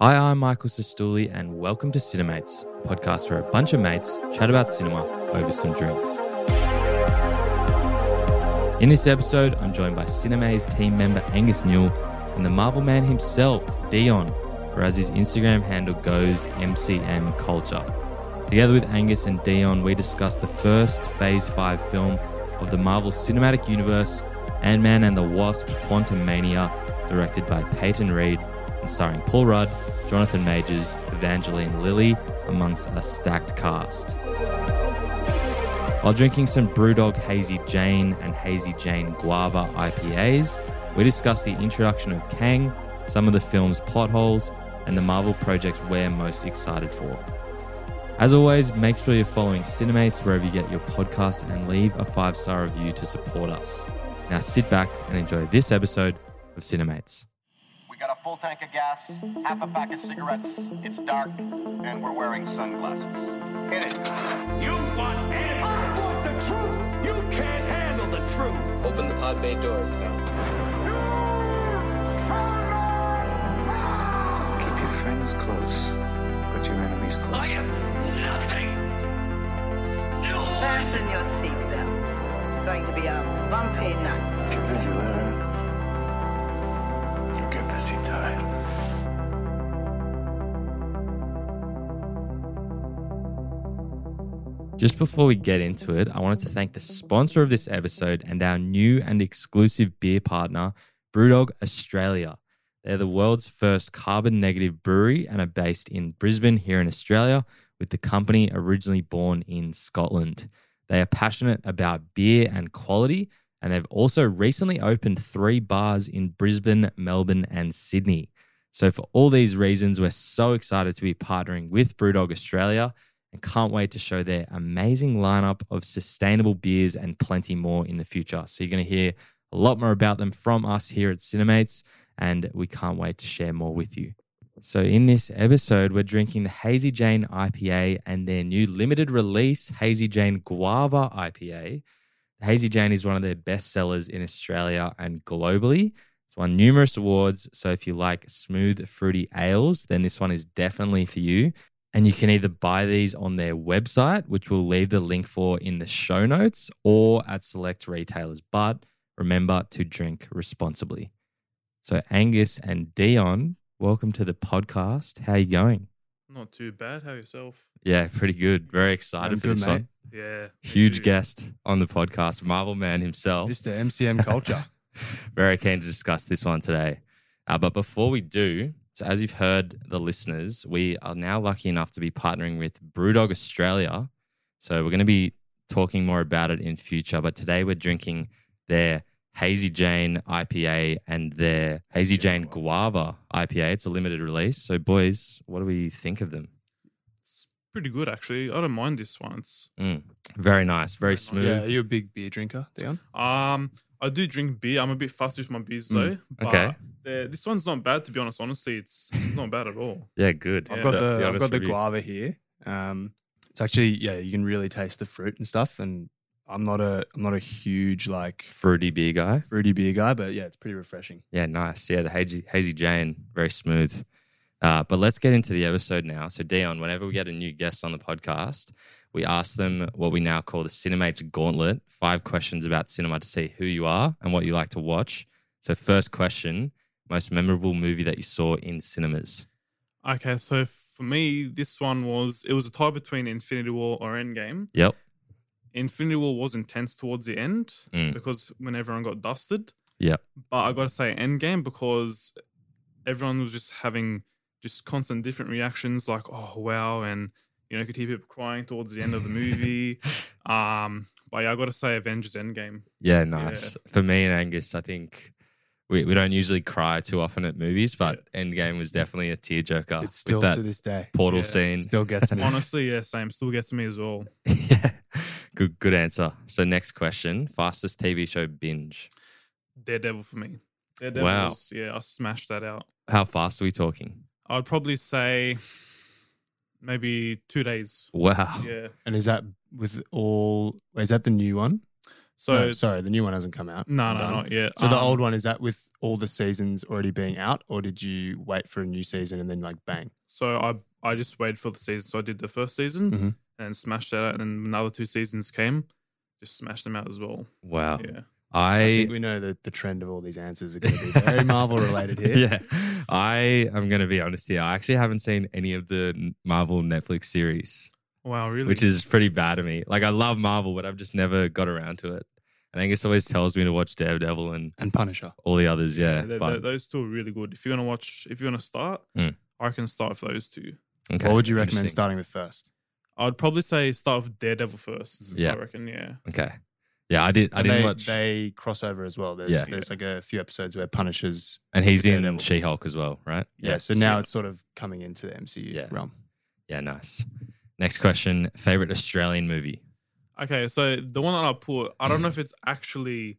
Hi, I'm Michael Sestouli, and welcome to Cinemates, a podcast where a bunch of mates chat about cinema over some drinks. In this episode, I'm joined by Cinemate's team member Angus Newell and the Marvel man himself, Dion, or as his Instagram handle goes, MCM Culture. Together with Angus and Dion, we discuss the first Phase 5 film of the Marvel Cinematic Universe, Ant Man and the Wasp Quantum Mania, directed by Peyton Reed and starring Paul Rudd, Jonathan Majors, Evangeline Lilly, amongst a stacked cast. While drinking some Brewdog Hazy Jane and Hazy Jane Guava IPAs, we discuss the introduction of Kang, some of the film's plot holes, and the Marvel projects we're most excited for. As always, make sure you're following Cinemates wherever you get your podcasts and leave a five star review to support us. Now sit back and enjoy this episode of Cinemates. We got a full tank of gas, half a pack of cigarettes, it's dark, and we're wearing sunglasses. Hit it. You want answers. I want the truth. You can't handle the truth. Open the pod bay doors, Val. Keep your friends close, but your enemies close. I am nothing. No. Fasten your seatbelts. It's going to be a bumpy night. Get busy there. You get busy dying. Just before we get into it, I wanted to thank the sponsor of this episode and our new and exclusive beer partner, Brewdog Australia. They're the world's first carbon negative brewery and are based in Brisbane here in Australia, with the company originally born in Scotland. They are passionate about beer and quality, and they've also recently opened three bars in Brisbane, Melbourne, and Sydney. So, for all these reasons, we're so excited to be partnering with Brewdog Australia and can't wait to show their amazing lineup of sustainable beers and plenty more in the future. So, you're going to hear a lot more about them from us here at Cinemates, and we can't wait to share more with you. So, in this episode, we're drinking the Hazy Jane IPA and their new limited release Hazy Jane Guava IPA. Hazy Jane is one of their best sellers in Australia and globally. It's won numerous awards. So if you like smooth, fruity ales, then this one is definitely for you. And you can either buy these on their website, which we'll leave the link for in the show notes, or at select retailers. But remember to drink responsibly. So, Angus and Dion, welcome to the podcast. How you going? Not too bad. How yourself? Yeah, pretty good. Very excited I'm for good, this mate. one. Yeah. me Huge too. guest on the podcast, Marvel Man himself. Mr. MCM culture. very keen to discuss this one today. Uh, but before we do, so as you've heard, the listeners, we are now lucky enough to be partnering with Brewdog Australia. So we're going to be talking more about it in future. But today we're drinking their Hazy Jane IPA and their Hazy Jane Guava IPA. It's a limited release. So, boys, what do we think of them? It's pretty good, actually. I don't mind this one. It's, Very nice, very Very nice. smooth. yeah, are you a big beer drinker, Dion? um, I do drink beer. I'm a bit fussy with my beers, though. Mm, But okay. the- This one's not bad, to be honest. Honestly, it's, it's not bad at all. Yeah, good. I've got Yeah. the, I've honest got the review. guava here. Um, it's actually yeah, you can really taste the fruit and stuff. And I'm not a I'm not a huge like Fruity beer guy. fruity beer guy, but yeah, it's pretty refreshing. Yeah, nice. Yeah, the hazy, hazy Jane, very smooth. Uh, but let's get into the episode now. So, Dion, whenever we get a new guest on the podcast, we ask them what we now call the Cinemates Gauntlet five questions about cinema to see who you are and what you like to watch. So, first question most memorable movie that you saw in cinemas? Okay, so for me, this one was it was a tie between Infinity War or Endgame. Yep. Infinity War was intense towards the end Mm. because when everyone got dusted. Yep. But I gotta say Endgame because everyone was just having just constant different reactions like, oh wow, and you know, you could hear people crying towards the end of the movie. um but yeah, I gotta say Avengers Endgame. Yeah, nice. For me and Angus, I think we, we don't usually cry too often at movies, but Endgame was definitely a tearjerker. It's still Ah, with that to this day portal Yeah. scene. still gets me. Honestly, yeah, same. Still gets me as well. yeah. Good good answer. So next question. Fastest TV show binge. Daredevil for me. Daredevil Wow. was- yeah, I smashed that out. How fast are we talking? I'd probably say maybe two days. Wow. Yeah. and is that with all? Is that the new one? So No, sorry, the new one hasn't come out. no, I'm no, done. not yet. So the Um, old one is that with all the seasons already being out, or did you wait for a new season and then like bang? So I I just waited for the season. So I did the first season Mm-hmm. Mhm. and smashed that out, and then another two seasons came, just smashed them out as well. Wow. Yeah. I I, think we know that the trend of all these answers are going to be very Marvel related here. yeah. I am going to be honest here. I actually haven't seen any of the n- Marvel Netflix series, Wow, really? which is pretty bad of me. Like, I love Marvel, but I've just never got around to it. I think it always tells me to watch Daredevil and And Punisher. all the others. Yeah. th- th- but, those two are really good. If you're gonna watch, if you're gonna start, Mm. I can start with those two. okay, what would you recommend interesting. starting with first? I'd probably say start with Daredevil first. Yeah. I reckon. Yeah. Okay. Yeah, I did. I And didn't they, watch. They cross over as well. There's, Yeah. there's like a few episodes where Punisher's. and he's in Daredevil. She Hulk as well, right? Yeah. so now it's sort of coming into the MCU Yeah. realm. Yeah, nice. Next question. Favorite Australian movie? Okay, so the one that I put, I don't know if it's actually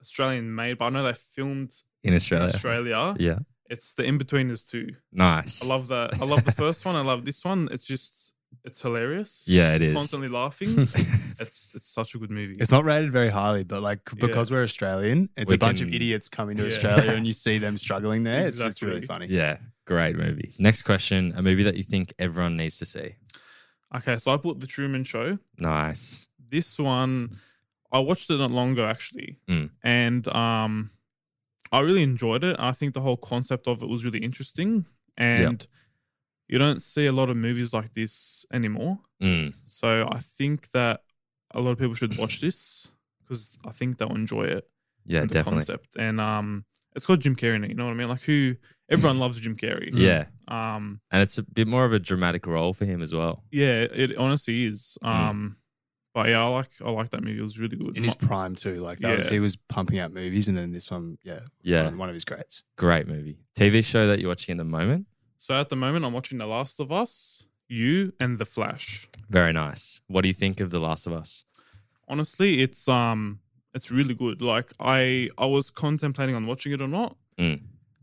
Australian made, but I know they filmed In in Australia. Australia. Yeah. It's the in between is two. Nice. I love that. I love the first one. I love this one. It's just it's hilarious. Yeah, it is. Constantly laughing. it's it's such a good movie. It's not rated very highly, but like because we're Australian, it's We a bunch can- of idiots coming to Yeah. Australia and you see them struggling there. It's, it's really Exactly. funny. yeah, great movie. Next question. A movie that you think everyone needs to see. okay, so I put the Truman Show. Nice. This one, I watched it not long ago actually, Mm. and um, I really enjoyed it. I think the whole concept of it was really interesting, and you don't see a lot of movies like this anymore. Mm, So I think that a lot of people should watch this because I think they'll enjoy it. yeah, and the definitely. concept. And um, it's called Jim Carrey. in it, You know what I mean? Like who everyone loves Jim Carrey. Yeah, Um. and it's a bit more of a dramatic role for him as well. Yeah. It honestly is. Mm. Um. But yeah, I like I like that movie. It was really good. In his prime too, like that was, Yeah. he was pumping out movies, and then this one, yeah, Yeah, one, one of his greats. great movie. TV show that you're watching at the moment. so at the moment, I'm watching The Last of Us, You, and The Flash. Very nice. What do you think of The Last of Us? Honestly, it's um, it's really good. Like I I was contemplating on watching it or not. Mm.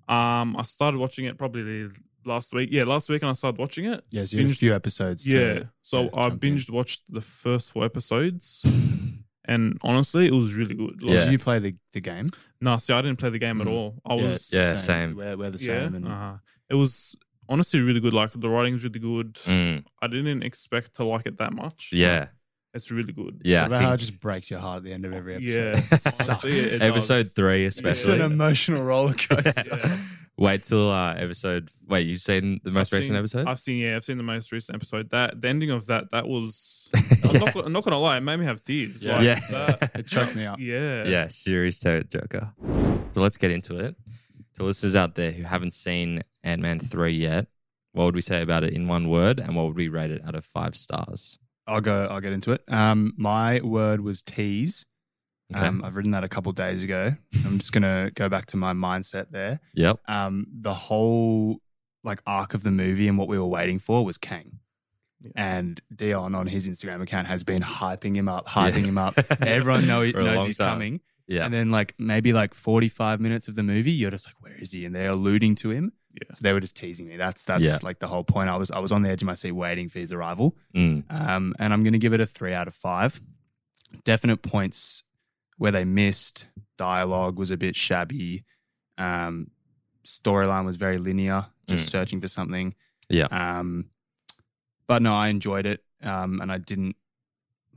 Um. I started watching it probably last week. Yeah, last week, and I started watching it. Yeah, so you had a Binged- few episodes. to- Yeah. So yeah, I jump in. binged watched the first four episodes, and honestly, it was really good. Like, Yeah. Did you play the, the game? No, see, I didn't play the game at Mm. all. I was Yeah, same. We're, we're the yeah. same. Uh-huh. And uh, it was honestly really good. Like the writing's really good. Mm, I didn't expect to like it that much. yeah, it's really good. yeah. What about I how it think just breaks your heart at the end of every yeah. episode? honestly, Sucks. it episode does. three, It's especially. an emotional roller coaster. Yeah. Wait till uh, episode. Wait, you've seen the most I've recent seen- episode? I've seen. Yeah, I've seen the most recent episode. That the ending of that that was. I'm, yeah. not, gonna- I'm not gonna lie, it made me have tears. Yeah. Like, Yeah. That, It choked me up. yeah. yeah, series to Joker. So let's get into it. To listeners out there who haven't seen Ant Man 3 yet, what would we say about it in one word and what would we rate it out of five stars? I'll go. I'll get into it. Um, my word was tease. Okay. Um, I've written that a couple days ago. I'm just gonna go back to my mindset there. yep. Um, the whole like arc of the movie and what we were waiting for was Kang. And Dion on his Instagram account has been hyping him up, hyping him up. Everyone know, For a knows long he's time. coming. Yeah. And then like maybe like 45 minutes of the movie, you're just like, where is he? And they're alluding to him. Yeah. So they were just teasing me. That's that's Yeah. like the whole point. I was I was on the edge of my seat waiting for his arrival. Mm, Um, and I'm gonna give it a three out of five. Definite points where they missed. Dialogue was a bit shabby. Um, storyline was very linear, just Mm. searching for something. Yeah. Um, but no, I enjoyed it. Um, and I didn't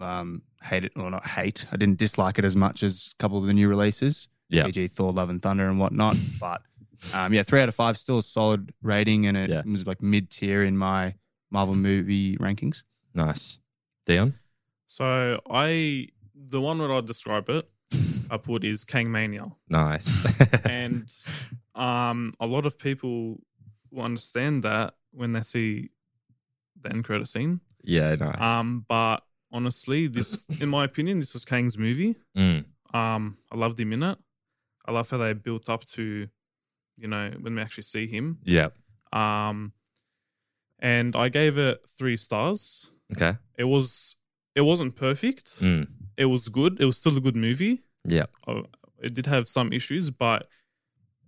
um, hate it or not hate. I didn't dislike it as much as a couple of the new releases, Yeah. e.g., Thor, Love and Thunder, and whatnot. But um, yeah, three out of five, still a solid rating, and it Yeah. was like mid tier in my Marvel movie rankings. nice. Dion? So I the one where I describe it, I put is Kang Mania. Nice. and um, a lot of people will understand that when they see the end credit scene. yeah, nice. Um, but honestly, this, in my opinion, this was Kang's movie. Mm, Um, I loved him in it. I love how they built up to, you know, when we actually see him. yeah. Um, and I gave it three stars. Okay. It was it wasn't perfect. Mm, It was good. It was still a good movie. yeah. Uh, It did have some issues, but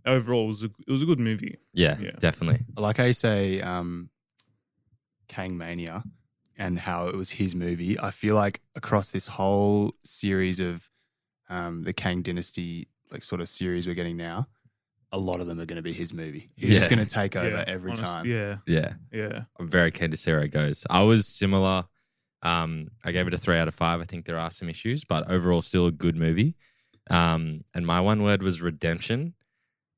overall, it was a, it was a good movie. Yeah. Yeah. Definitely. I like how you say um, Kang Mania and how it was his movie. I feel like across this whole series of um, the Kang Dynasty like sort of series we're getting now, a lot of them are going to be his movie. He's just Yeah. going to take over yeah, every honest- time. Yeah, Yeah. yeah. I'm very keen to see where it goes. I was similar. Um, I gave it a three out of five. I think there are some issues, but overall, still a good movie. Um, and my one word was redemption.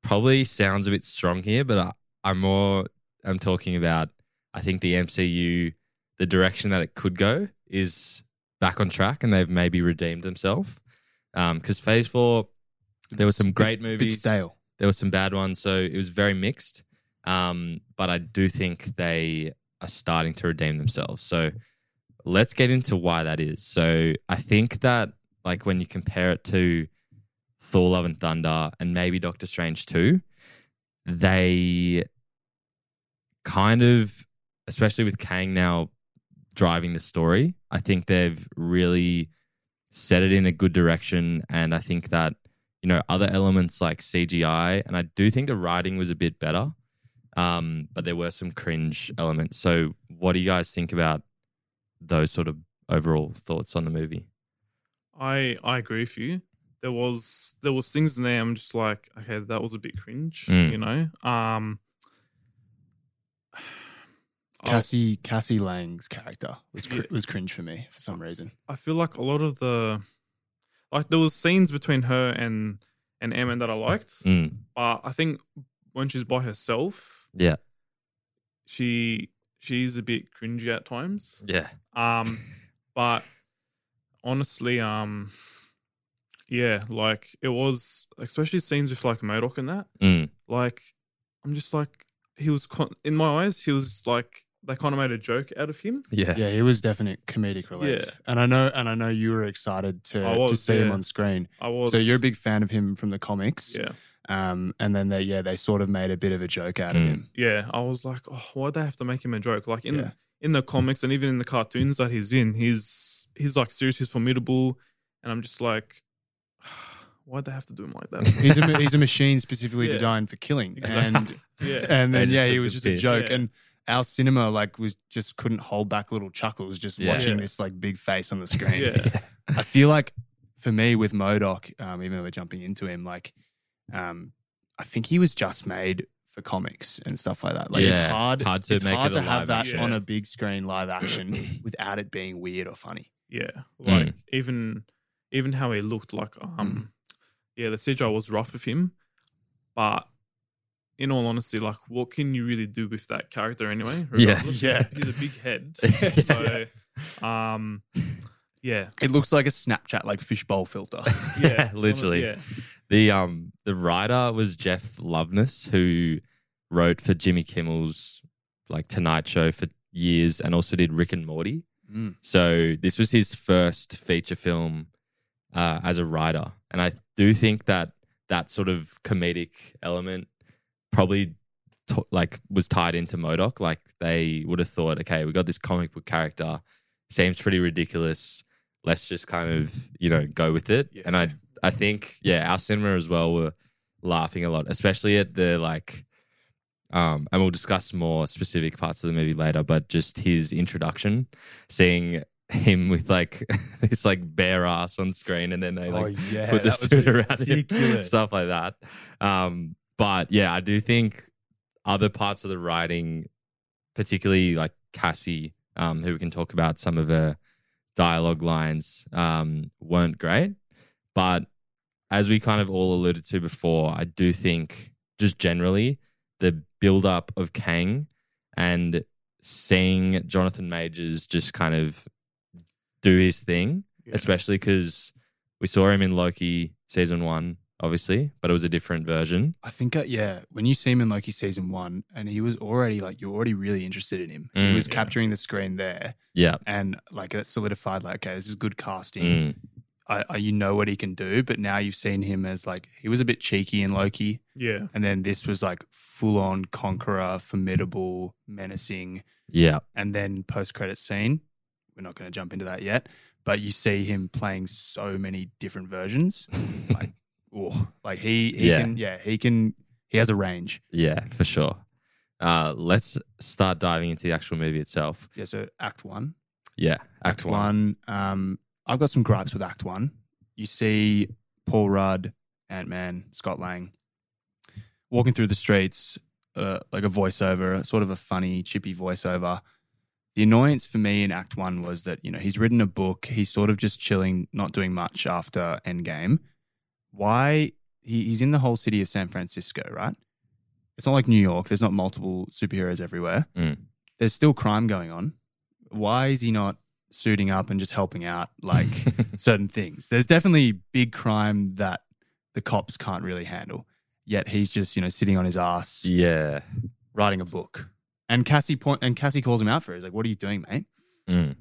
Probably sounds a bit strong here, but I, I'm more. I'm talking about. I think the MCU, the direction that it could go is back on track, and they've maybe redeemed themselves. Because Phase Four, there were some great Bit movies stale. there were some bad ones, so it was very mixed. Um, but I do think they are starting to redeem themselves. So let's get into why that is. So I think that like when you compare it to Thor: Love and Thunder and maybe Doctor Strange two, they kind of, especially with Kang now driving the story, I think they've really set it in a good direction, and I think that you know, other elements like CGI. And I do think the writing was a bit better, um, but there were some cringe elements. So, what do you guys think about those sort of overall thoughts on the movie? I I agree with you. There was there was things in there. I'm just like, okay, that was a bit cringe, Mm. you know. Um, I- Cassie Cassie Lang's character was cr- Yeah. was cringe for me for some reason. I feel like a lot of the like there was scenes between her and and Ant-Man that I liked, Mm, but I think when she's by herself, Yeah. she she's a bit cringy at times. yeah. Um, but honestly, um, yeah, like it was, especially scenes with like Modoc and that. Mm, Like, I'm just like, he was con- in my eyes, he was like, they kind of made a joke out of him. yeah. Yeah, he was definite comedic relief. Yeah. And I know and I know you were excited to, I to was, see him yeah. on screen. I was, So you're a big fan of him from the comics. yeah, Um and then they yeah, they sort of made a bit of a joke out of Mm. him. yeah. I was like, oh, why'd they have to make him a joke? Like in Yeah. in the comics and even in the cartoons that he's in, he's he's like serious, he's formidable, and I'm just like, why'd they have to do him like that? He's a he's a machine specifically Yeah. designed for killing. Exactly. And yeah, and They then just yeah, took he the was just piss. a joke, Yeah. and our cinema like was just couldn't hold back little chuckles just Yeah. watching Yeah. this like big face on the screen. yeah. I feel like for me with Modoc, um, even though we're jumping into him, like um, I think he was just made for comics and stuff like that. Like it's Yeah, hard, it's hard to make hard it to a have live that action. on a big screen live action without it being weird or funny. Yeah, Mm. like even even how he looked like um Hmm. yeah, the CGI was rough with him, but in all honesty, like what can you really do with that character anyway? Yeah. Regardless, Yeah. he's a big head. Yeah. so, um, yeah, It looks like a Snapchat like fishbowl filter. yeah, Literally. yeah, The um the writer was Jeff Loveness, who wrote for Jimmy Kimmel's like Tonight Show for years, and also did Rick and Morty. Mm. So this was his first feature film uh, as a writer, and I do think that that sort of comedic element probably t- like was tied into Modoc. Like they would have thought, okay, we got this comic book character, seems pretty ridiculous. Let's just kind of you know go with it. Yeah. And I I think yeah, our cinema as well were laughing a lot, especially at the like. Um, and we'll discuss more specific parts of the movie later, but just his introduction seeing him with like this like bare ass on screen and then they like Oh, yeah, put the that was suit around him ridiculous. stuff like that um but yeah i do think other parts of the writing particularly like cassie um who we can talk about some of her dialogue lines um weren't great but as we kind of all alluded to before i do think just generally the build up of kang and seeing Jonathan Majors just kind of do his thing, Yeah. especially because we saw him in Loki season one, obviously, but it was a different version. I think, uh, yeah, when you see him in Loki season one, and he was already like, you're already really interested in him. Mm. he was Yeah. capturing the screen there, Yeah. and like that solidified, like, okay, this is good casting. Mm. I, I, you know what he can do, but now you've seen him as like he was a bit cheeky in Loki, yeah, and then this was like full on conqueror, formidable, menacing, Yeah. and then post credit scene. We're not going to jump into that yet, but you see him playing so many different versions. Like, oh, like he, he Yeah. can, yeah, he can, he has a range. Yeah, for sure. Uh, let's start diving into the actual movie itself. Yeah, so Act One. Yeah. Act One. Um, I've got some gripes with Act One. You see Paul Rudd, Ant Man, Scott Lang, walking through the streets, uh, like a voiceover, sort of a funny, chippy voiceover. The annoyance for me in Act One was that, you know, he's written a book, he's sort of just chilling, not doing much after Endgame. Why? He, he's in the whole city of San Francisco, right? It's not like New York, there's not multiple superheroes everywhere. Mm. There's still crime going on. Why is he not suiting up and just helping out like certain things. There's definitely big crime that the cops can't really handle. Yet he's just, you know, sitting on his ass yeah. writing a book. And Cassie point and Cassie calls him out for it. He's like, What are you doing, mate? Mm.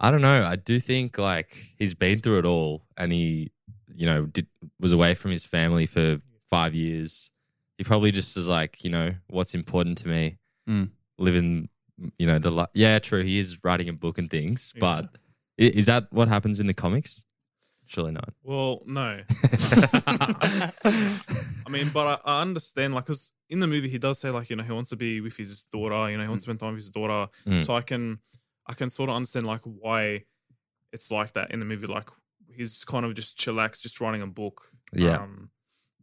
I don't know. I do think like he's been through it all, and he, you know, did was away from his family for five years. He probably just is like, you know, what's important to me, Mm. living, you know, the li- yeah, true. He is writing a book and things, Yeah. but i- is that what happens in the comics? Surely not. Well, no. I mean, but I, I understand, like, because in the movie he does say, like, you know, he wants to be with his daughter. You know, he wants to spend time with his daughter. Mm. So I can, I can sort of understand like why it's like that in the movie. Like he's kind of just chillax, just writing a book. Yeah. Um,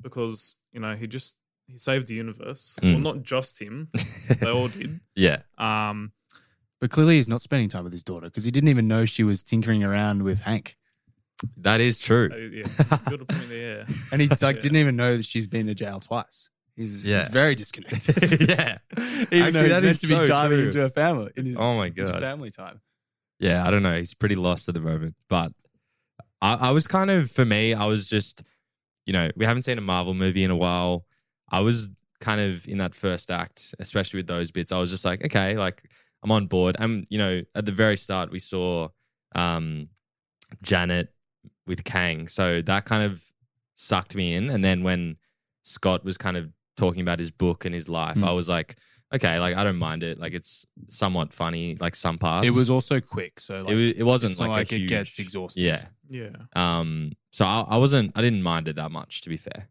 because you know he just he saved the universe. Mm. Well, not just him. they all did. yeah, Um, But clearly he's not spending time with his daughter because he didn't even know she was tinkering around with Hank. that is true. uh, yeah. Good point there. yeah. And he like Yeah. didn't even know that she's been to jail twice. He's, Yeah. he's very disconnected. yeah. Even Actually, though he's that meant is to be so diving true. into a family. in- Oh my into god. family time. yeah, I don't know. He's pretty lost at the moment. But I, I was kind of, for me, I was just, you know, we haven't seen a Marvel movie in a while. I was kind of in that first act, especially with those bits. I was just like, okay, like I'm on board. I'm, you know, at the very start, we saw um, Janet with Kang. So that kind of sucked me in. And then when Scott was kind of talking about his book and his life, Mm. I was like, okay, like I don't mind it. Like it's somewhat funny, like some parts It was also quick. So like, it, was, it wasn't it's like, not a like it huge- gets exhaustive. Yeah. Yeah. Um. So I, I wasn't. I didn't mind it that much, to be fair.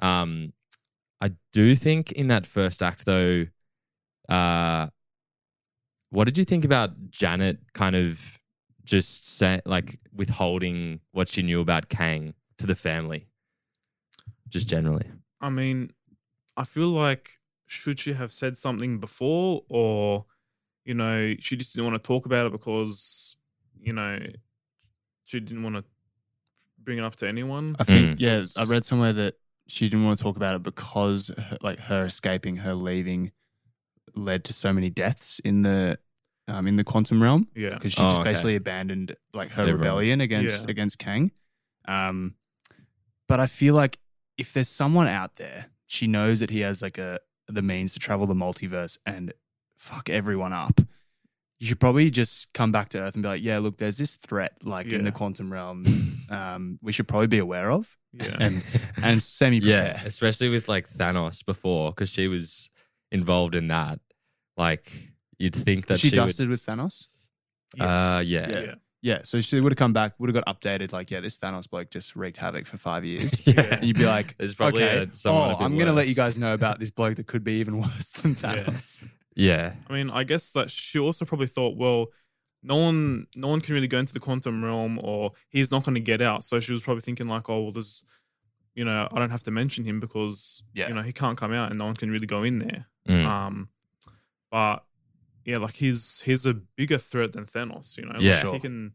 Um. I do think in that first act, though. Uh. What did you think about Janet? Kind of just say, like withholding what she knew about Kang to the family, just generally. I mean, I feel like should she have said something before, or you know, she just didn't want to talk about it because you know she didn't want to bring it up to anyone. I think Mm. yeah, I read somewhere that she didn't want to talk about it because her, like her escaping, her leaving, led to so many deaths in the um, in the quantum realm Yeah, because she Oh, just okay. basically abandoned like her Everyone. rebellion against Yeah. against Kang. Um, but I feel like if there's someone out there, she knows that he has like a the means to travel the multiverse and fuck everyone up. You should probably just come back to Earth and be like, yeah, look, there's this threat like in the Yeah. quantum realm. Um, we should probably be aware of yeah, and and semi prepare. Yeah, especially with like Thanos before, because she was involved in that. Like you'd think that she, she, would dusted with Thanos. Uh, Yes. yeah. yeah, Yeah, so she would have come back, would have got updated. Like, yeah, this Thanos bloke just wreaked havoc for five years. yeah. And you'd be like, There's probably okay, a, someone oh, a bit I'm gonna let you worse. guys know about this bloke that could be even worse than Yeah. Thanos. Yeah, I mean, I guess that she also probably thought, well, no one, no one can really go into the quantum realm, or he's not going to get out. So she was probably thinking like, oh, well, there's, you know, I don't have to mention him because Yeah. you know he can't come out, and no one can really go in there. Mm. Ah. Um, but yeah, like he's he's a bigger threat than Thanos. You know, Like, Yeah. he can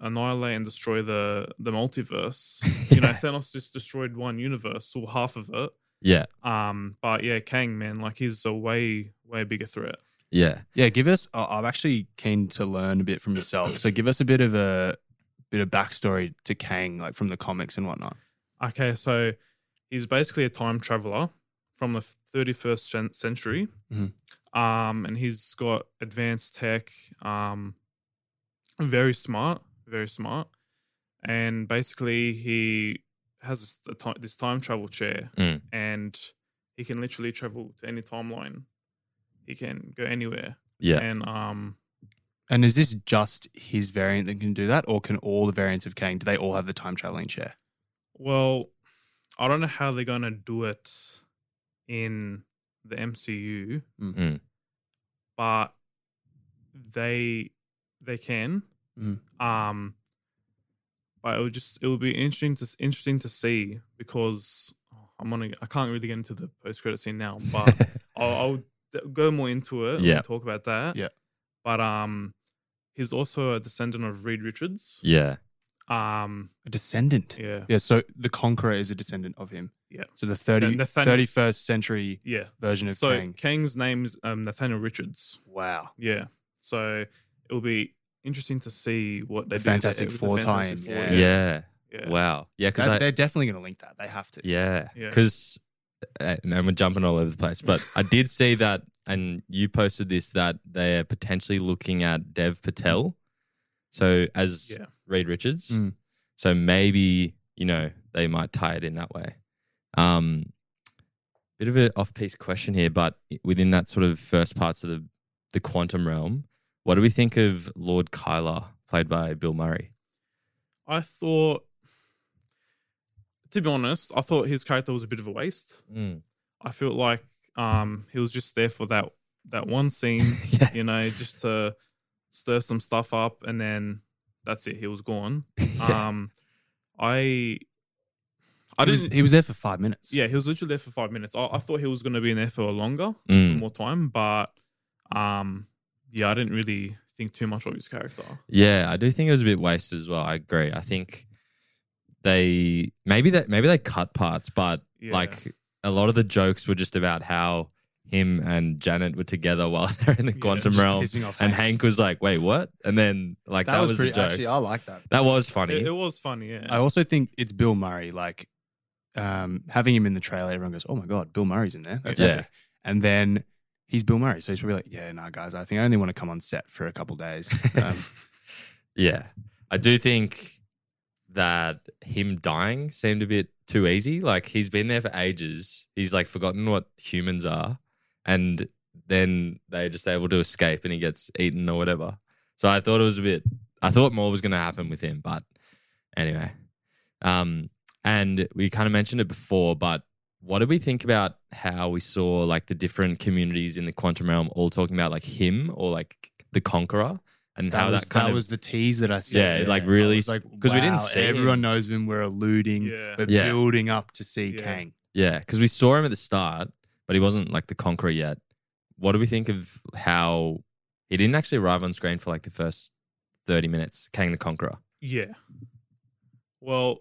annihilate and destroy the the multiverse. You know, Yeah. Thanos just destroyed one universe or half of it. yeah, Um, but yeah, Kang man, like he's a way way bigger threat. yeah. Yeah, give us. I- I'm actually keen to learn a bit from yourself. So give us a bit of a bit of backstory to Kang, like from the comics and whatnot. Okay, so he's basically a time traveler from the 31st cen- century. Mhm. Mm-hmm. Um, and he's got advanced tech, um, very smart, very smart. And basically, he has this, the ti- this time travel chair, Mm. and he can literally travel to any timeline. He can go anywhere. Yeah. And um, And is this just his variant that can do that, or can all the variants of Kang? Do they all have the time traveling chair? Well, I don't know how they're going to do it in the MCU, Mm. Mm. but they they can. Mm. Um, but I would just it would be interesting to interesting to see because oh, I'm gonna I can't really get into the post credit scene now, Ah. but I'll, I'll d- go more into it. when we Yeah. talk about that. Yeah. but um, he's also a descendant of Reed Richards. Yeah. Um, A descendant. Yeah. yeah, so the Conqueror is a descendant of him. Yeah. So the 30, Then Nathaniel- 31st century yeah. version of So Kang. Kang's name is um, Nathaniel Richards. Wow. Yeah, so it'll be interesting to see what they The do there Fantastic with the Four Fantastic tie-in, Four, yeah. Yeah. yeah. Wow. Yeah. Because That- I. they're definitely going to link that. They have to. Yeah. Yeah. Because, and we're jumping all over the place, but I did see that, and you posted this that they're potentially looking at Dev Patel, so as Yeah. Reed Richards. Mm. So maybe you know they might tie it in that way. Um, bit of an off-piece question here, but within that sort of first parts of the the quantum realm, what do we think of Lord Kyler, played by Bill Murray? I thought, to be honest, I thought his character was a bit of a waste. I felt like um, he was just there for that that one scene, Yeah. you know, just to stir some stuff up, and then that's it. He was gone. Yeah. Um, I I I he, was, didn't. he was there for five minutes. Hmm. yeah, he was literally there for five minutes. I, I thought he was going to be in there for longer, Mm. more time, but um, yeah, I didn't really think too much of his character. Yeah, I do think it was a bit wasted as well. I agree. I think they maybe that maybe they cut parts, but Yeah. like a lot of the jokes were just about how him and Janet were together while they're in the Yeah, quantum Just realm, pissing off and Hank. Hank was like, "Wait, what?" And then like that, that, was, pretty. the jokes. Actually, I like that. that was funny. It, it was funny, yeah. I also think it's Bill Murray. Like um, having him in the trailer, everyone goes, "Oh my god, Bill Murray's in there." That's Yeah. epic. And then he's Bill Murray, so he's probably like, "Yeah, no, guys, I think I only want to come on set for a couple days." Um, yeah, I do think that him dying seemed a bit too easy. Like he's been there for ages. He's like forgotten what humans are, and then they're just able to escape, and he gets eaten or whatever. So I thought it was a bit. I thought more was going to happen with him, but anyway. Um, and we kind of mentioned it before, but what did we think about how we saw like the different communities in the quantum realm all talking about like him or like the conqueror and that how was, that kind that of was the tease that I said. Yeah, it, like, really- I was like 'cause we didn't wow, see everyone him. knows him. We're alluding, Yeah. we're Yeah. building up to see Yeah. Kang. Yeah, because we saw him at the start, but he wasn't like the conqueror yet. What do we think of how he didn't actually arrive on screen for like the first 30 minutes, Kang the Conqueror? Yeah. Well,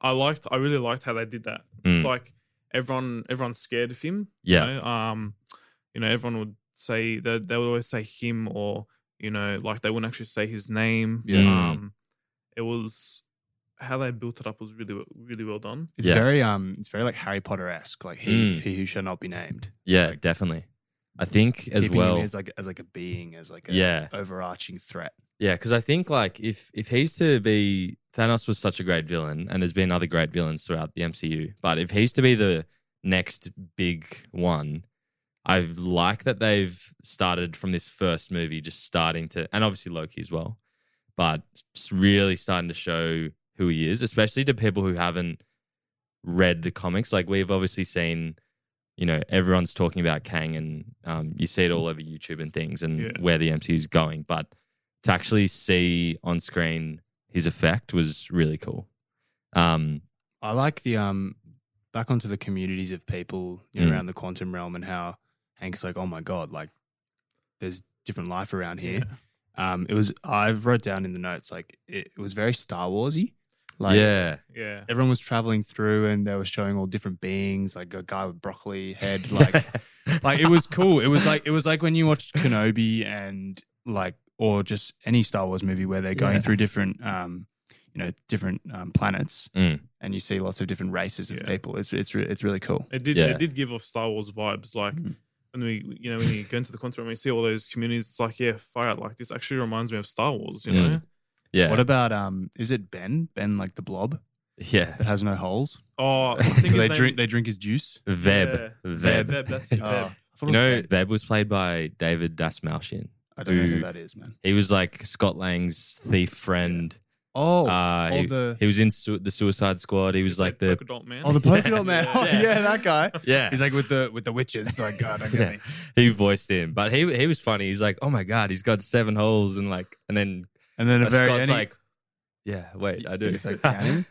I liked. I really liked how they did that. Mm. It's Hmm. like everyone, everyone's scared of him. Yeah. You know? Um, you know, everyone would say that they would always say him, or you know, like they wouldn't actually say his name. Yeah. Mm. Um, it was how they built it up was really, really well done. It's Yeah. very um, it's very like Harry Potter esque, like he Mm. he who shall not be named, Yeah, definitely. I think as keeping well. him as like as like a being, as like a Yeah. overarching threat. Yeah, because I think like if if he's to be Thanos was such a great villain, and there's been other great villains throughout the MCU, but if he's to be the next big one, I like that they've started from this first movie, just starting to, and obviously Loki as well, but just really starting to show who he is, especially to people who haven't read the comics. Like we've obviously seen, you know, everyone's talking about Kang, and um, you see it all over YouTube and things, and Yeah. where the MCU is going, but to actually see on screen his effect was really cool. Um, I like the um back onto the communities of people you know, Mm. around the quantum realm and how Hank's like, oh my god, like there's different life around here. Um, it was I've wrote down in the notes like it, it was very Star Warsy. Like yeah, Yeah. everyone was traveling through and they were showing all different beings, like a guy with broccoli head, like like it was cool. It was like it was like when you watched Kenobi and like or just any Star Wars movie where they're going Yeah. through different um you know different um, planets Mm. and you see lots of different races of Yeah. people. It's it's re- it's really cool. It did. Yeah. Hmm. It did give off Star Wars vibes, like. Mm. when we, you know, when you go into the concert and we see all those communities, it's like, yeah, fire! Like this actually reminds me of Star Wars, you know. Mm. yeah, What about um is it Ben? Ben like the blob yeah. that has no holes? Oh, I think they his name- drink they drink his juice. Veb, Yeah. Veb. Veb, that's it, Oh, Veb. I thought You it know, was Ben. Veb was played by David Dasmalchian. I don't know who who- that is, man. He was like Scott Lang's thief friend. Oh, uh, all he, the- he was in su- the Suicide Squad. He was like the polka dot man. oh the polka dot man. Yeah. Oh, Yeah. yeah, that guy. yeah. He's like with the with the witches. Like God, I Yeah. get me. he voiced him, but he he was funny. He's like, oh my god, he's got seven holes and like, and then And then a uh, very Scott's any- like, Yeah, wait, I do. He's like counting.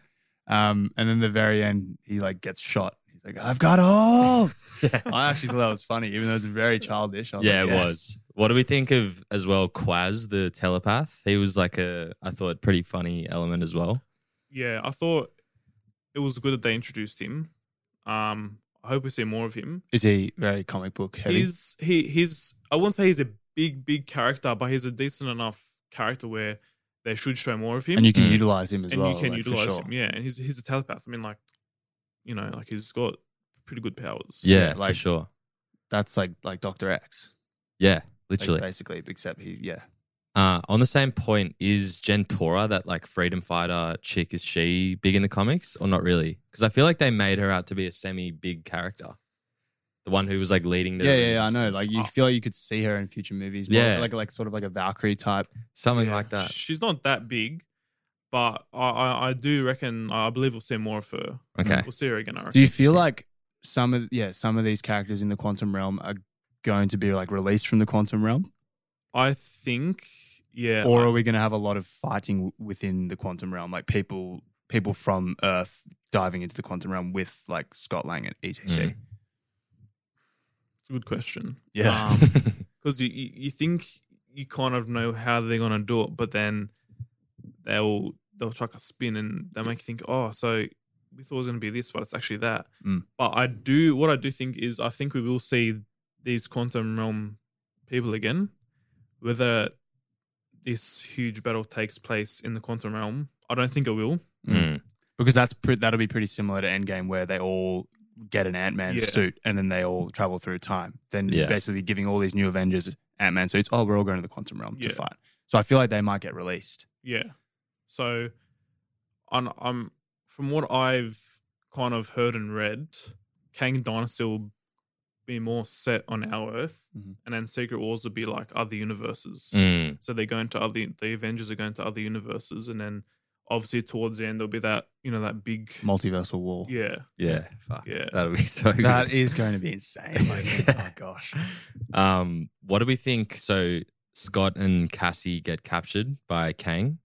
Um, and then the very end, he like gets shot. He's like, "I've got holes." yeah. I actually thought that was funny, even though it's very childish. I was yeah, like, it "Yes." was. What do we think of as well? Quaz, the telepath. He was like a, I thought, pretty funny element as well. Yeah, I thought it was good that they introduced him. Um, I hope we see more of him. Is he very comic book heavy? He's he he's I wouldn't say he's a big big character, but he's a decent enough character where they should show more of him. and you can Mm. utilize him as and well. you can like, for utilize sure. him. Yeah, and he's he's a telepath. I mean, like you know, like he's got pretty good powers. Yeah, like- for sure. That's like like Doctor X, Yeah, like, literally. basically. Except he, yeah, Uh, on the same point, is Gentora that like freedom fighter chick? Is she big in the comics or not really? Because I feel like they made her out to be a semi big character, the one who was like leading the yeah, yeah, yeah. I know. resistance. Like you Oh, feel like you could see her in future movies. more, Yeah. like like sort of like a Valkyrie type. something Yeah. like that. She's not that big, but I, I I do reckon I believe we'll see more of her. Okay, We'll see her again. I reckon. Do you feel like some of yeah some of these characters in the quantum realm are going to be like released from the quantum realm, I think yeah. or I- are we going to have a lot of fighting w- within the quantum realm, like people people from Earth diving into the quantum realm with like Scott Lang E and Mm. etc. it's a good question. Yeah. Um, because you, you you think you kind of know how they're gonna do it, but then they'll they'll chuck a spin and they make you think, oh, so we thought it was gonna be this, but it's actually that. Mm. But I do what I do think is I think we will see these quantum realm people again, whether this huge battle takes place in the quantum realm. I don't think it will. Mm. Because that's pre- that'll be pretty similar to Endgame, where they all get an Ant Man Yeah. suit and then they all travel through time. Then Yeah. basically giving all these new Avengers Ant Man suits. Oh, we're all going to the quantum realm Yeah. to fight. So I feel like they might get released. Yeah. So, on um, from what I've kind of heard and read, Kang Dynasty will be more set on our Earth, Mhm. and then Secret Wars will be like other universes. Mm. So they're going to other the Avengers are going to other universes, and then obviously towards the end there'll be that you know that big Multiversal war. yeah Yeah, fuck. Yeah. that'll be so. good. That is going to be insane. Like, oh gosh. Um, what do we think? So Scott and Cassie get captured by Kang.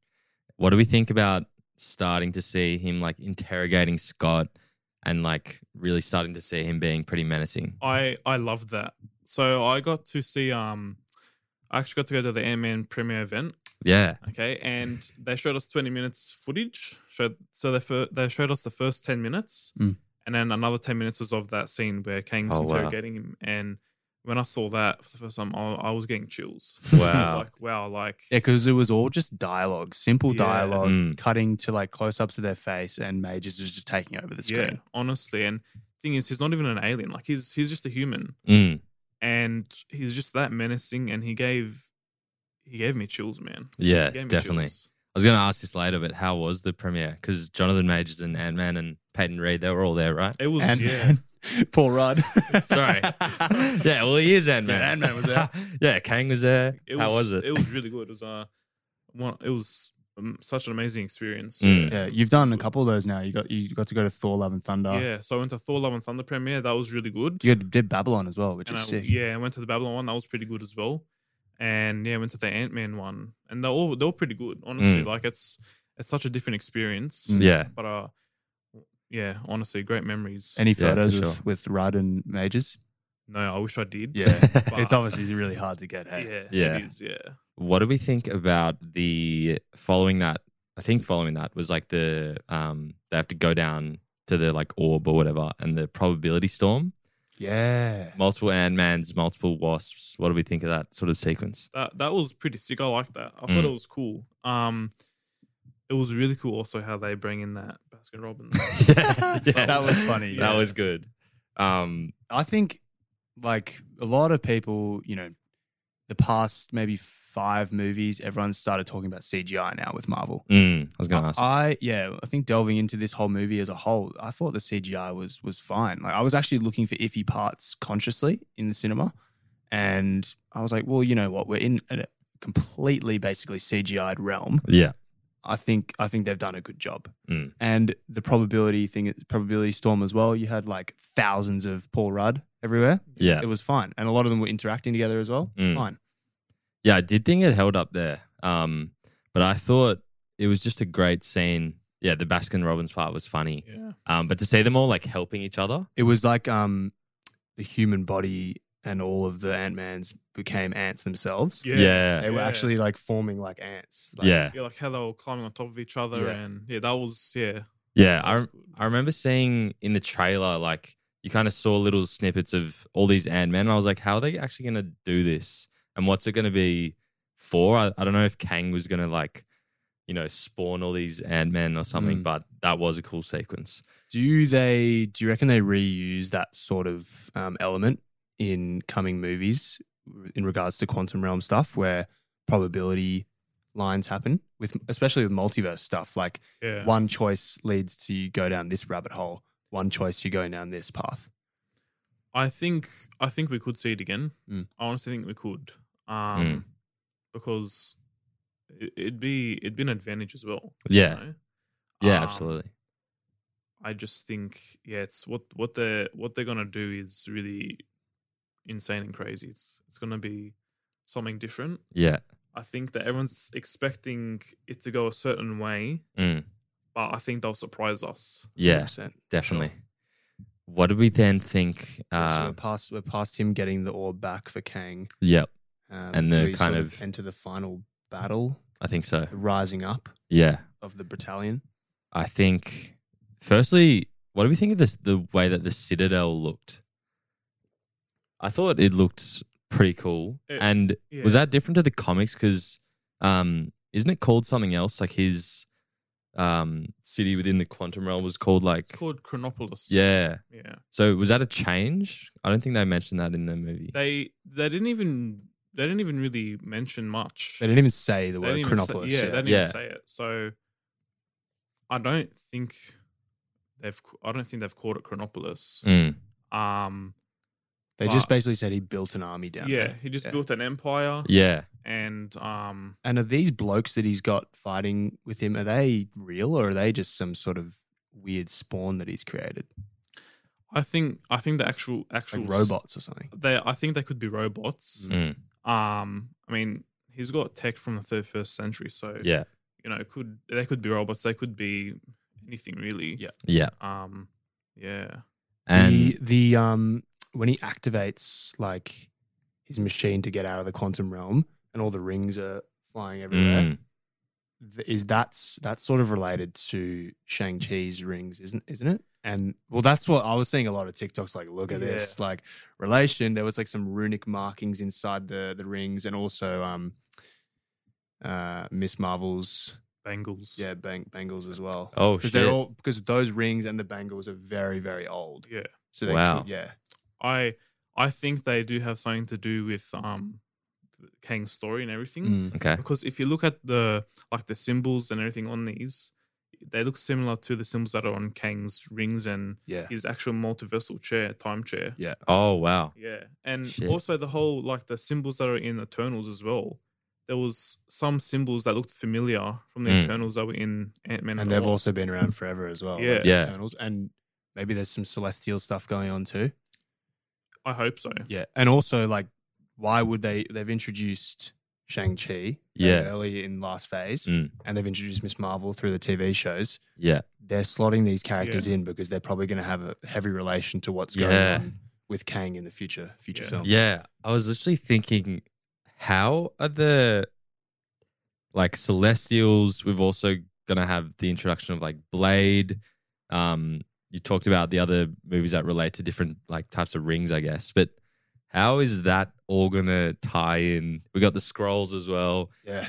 What do we think about starting to see him like interrogating Scott and like really starting to see him being pretty menacing? I I loved that. So I got to see um, I actually got to go to the Ant Man premiere event. Yeah. Okay, and they showed us 20 minutes footage. Showed, so they fir- they showed us the first 10 minutes, Mm. and then another 10 minutes was of that scene where Kang's Oh, wow. interrogating him. And when I saw that for the first time, I, I was getting chills. I was Wow. like wow, like Yeah, because it was all just dialogue, simple Yeah. dialogue, Mm. cutting to like close ups of their face, and Majors is just taking over the yeah, screen. honestly. And thing is, he's not even an alien. Like he's he's just a human, Mm. and he's just that menacing. And he gave he gave me chills, man. Yeah, He gave me definitely. chills. I was going to ask this later, but how was the premiere? Because Jonathan Majors and Ant Man and Peyton Reed, they were all there, right? It was And, yeah. Paul Rudd. Sorry. yeah, well, he is Ant Man. Yeah, Ant-Man was there. yeah, Kang was there. It how was, it? It was really good. It was uh, one, it was um, such an amazing experience. Mm. Yeah, you've done a couple of those now. You got you got to go to Thor: Love and Thunder. Yeah, so I went to Thor: Love and Thunder premiere. That was really good. You did Babylon as well, which and is I, sick. yeah, I went to the Babylon one. That was pretty good as well. And yeah, I went to the Ant Man one, and they're all they're all pretty good. Honestly, Mm. like it's it's such a different experience. Mm. yeah. But uh, yeah, honestly, great memories. Any Yeah, photos for sure. with, with Rudd and Majors? no, I wish I did. Yeah. but- it's obviously really hard to get. Hey, yeah, Yeah. it is. Yeah, What do we think about the following that? I think following that was like the um they have to go down to the like orb or whatever and the probability storm. yeah. Multiple Ant Mans, multiple wasps. What do we think of that sort of sequence? that that was pretty sick. I like that. I Mm. thought it was cool. Um, it was really cool. Also, how they bring in that Baskin Robbins. yeah, That was funny. That was good. Um I think like a lot of people, you know, the past maybe five movies, everyone's started talking about CGI now with Marvel. mm, I was gonna ask. this. I yeah, I think delving into this whole movie as a whole, I thought the CGI was was fine. Like I was actually looking for iffy parts consciously in the cinema, and I was like, well, you know what, we're in a completely basically CGI'd realm. yeah. I think I think they've done a good job. Mm. And the probability thing, probability storm as well. You had like thousands of Paul Rudd everywhere. Yeah. It was fine, and a lot of them were interacting together as well. Mm. Fine. Yeah, I did think it held up there. Um, but I thought it was just a great scene. Yeah, the Baskin Robbins part was funny. Yeah. Um, but to see them all like helping each other, It was like um, the human body and all of the Ant Mans became ants themselves. Yeah. Yeah. They were Yeah. actually like forming like ants. Like, yeah, Yeah, like how they were climbing on top of each other, Yeah. and yeah, that was yeah. yeah. I, rem- I remember seeing in the trailer, like you kind of saw little snippets of all these Ant Men. I was like, how are they actually going to do this? And what's it going to be for? I, I don't know if Kang was going to like, you know, spawn all these Ant Men or something, Mm. but that was a cool sequence. Do they? Do you reckon they reuse that sort of um, element in coming movies in regards to quantum realm stuff, where probability lines happen with, especially with multiverse stuff? Like Yeah. one choice leads to you go down this rabbit hole. One choice you go down this path. I think I think we could see it again. Mm. I honestly think we could, Mm. um, because it, it'd be it'd be an advantage as well. you Yeah. know? Yeah, Um, absolutely. I just think yeah, it's what what they're what they're gonna do is really insane and crazy. It's it's gonna be something different. Yeah. I think that everyone's expecting it to go a certain way, Mm. but I think they'll surprise us. Yeah. 100%. Definitely. What did we then think? so Uh, we're past we're past him getting the orb back for Kang, yeah, um, And the do we kind sort of- enter the final battle, I think so. the rising up Yeah. of the battalion. I think, firstly, what do we think of this? The way that the Citadel looked, I thought it looked pretty cool. It- and Yeah. was that different to the comics? Because um, isn't it called something else? Like his um, city within the quantum realm was called like It's called Chronopolis. yeah. yeah. So was that a change? I don't think they mentioned that in the movie. They they didn't even they didn't even really mention much. They didn't even say the They word didn't even say- Chronopolis. yeah, they didn't Yeah. even say it. So I don't think they've c- I don't think they've called it Chronopolis. Mm, Um, They just But- basically said he built an army yeah, down there. he just Yeah. built an empire, yeah. and um, And are these blokes that he's got fighting with him, are they real or are they just some sort of weird spawn that he's created? I think I think the actual actual Like s- robots or something? They I think they could be robots. Mm, Um, I mean, he's got tech from the third first century, so yeah. you know, could they could be robots? They could be anything really. Yeah. Yeah. Um, yeah. And the, the um when he activates like his machine to get out of the quantum realm and all the rings are flying everywhere. mm, th- Is that's that's sort of related to Shang Chi's rings, isn't isn't it? And well, that's what I was seeing a lot of TikToks like, look at Yeah. this like relation. There was like some runic markings inside the the rings, and also um, uh, Miss Marvel's Bangles. yeah bang, bangles as well. oh because shit. they're all because those rings and the bangles are very very old. Yeah. So they Wow. could, yeah, I I think they do have something to do with um Kang's story and everything. Mm. okay. Because if you look at the like the symbols and everything on these, they look similar to the symbols that are on Kang's rings and yeah, his actual multiversal chair, time chair. Yeah. Oh wow. Yeah. And Shit. also the whole like the symbols that are in Eternals as well. There was some symbols that looked familiar from the Mm. Eternals that were in Ant Man Hmm. and they've also been around forever as well. Yeah. like Yeah. Eternals. and maybe there's some celestial stuff going on too. I hope so. Yeah, and also like, why would they? They've introduced Shang Chi, Yeah. early in last phase, Mm. and they've introduced Miss Marvel through the TV shows. Yeah. They're slotting these characters in because they're probably going to have a heavy relation to what's going Yeah. on with Kang in the future future Yeah. films. Yeah, I was literally thinking, how are the like Celestials? We've also gonna have the introduction of like Blade. Um, you talked about the other movies that relate to different like types of rings, I guess. But how is that all gonna tie in? We got the scrolls as well. yeah.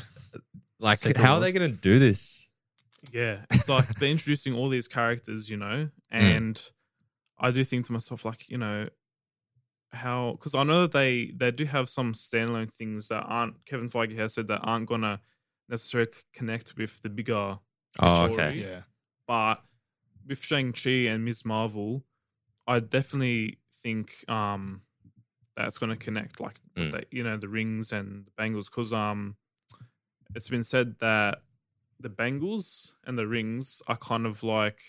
Like, Secret how are they Wars. gonna do this? Yeah, it's like they're introducing all these characters, you know, and I do think to myself, like, you know, how because I know that they they do have some standalone things that aren't Kevin Feige has said that aren't gonna necessarily c- connect with the bigger, Oh, Story. okay. yeah, but with Shang Chi and Ms Marvel, I definitely think um that's gonna connect, like Mm. the, you know the rings and the bangles, because um it's been said that the bangles and the rings are kind of like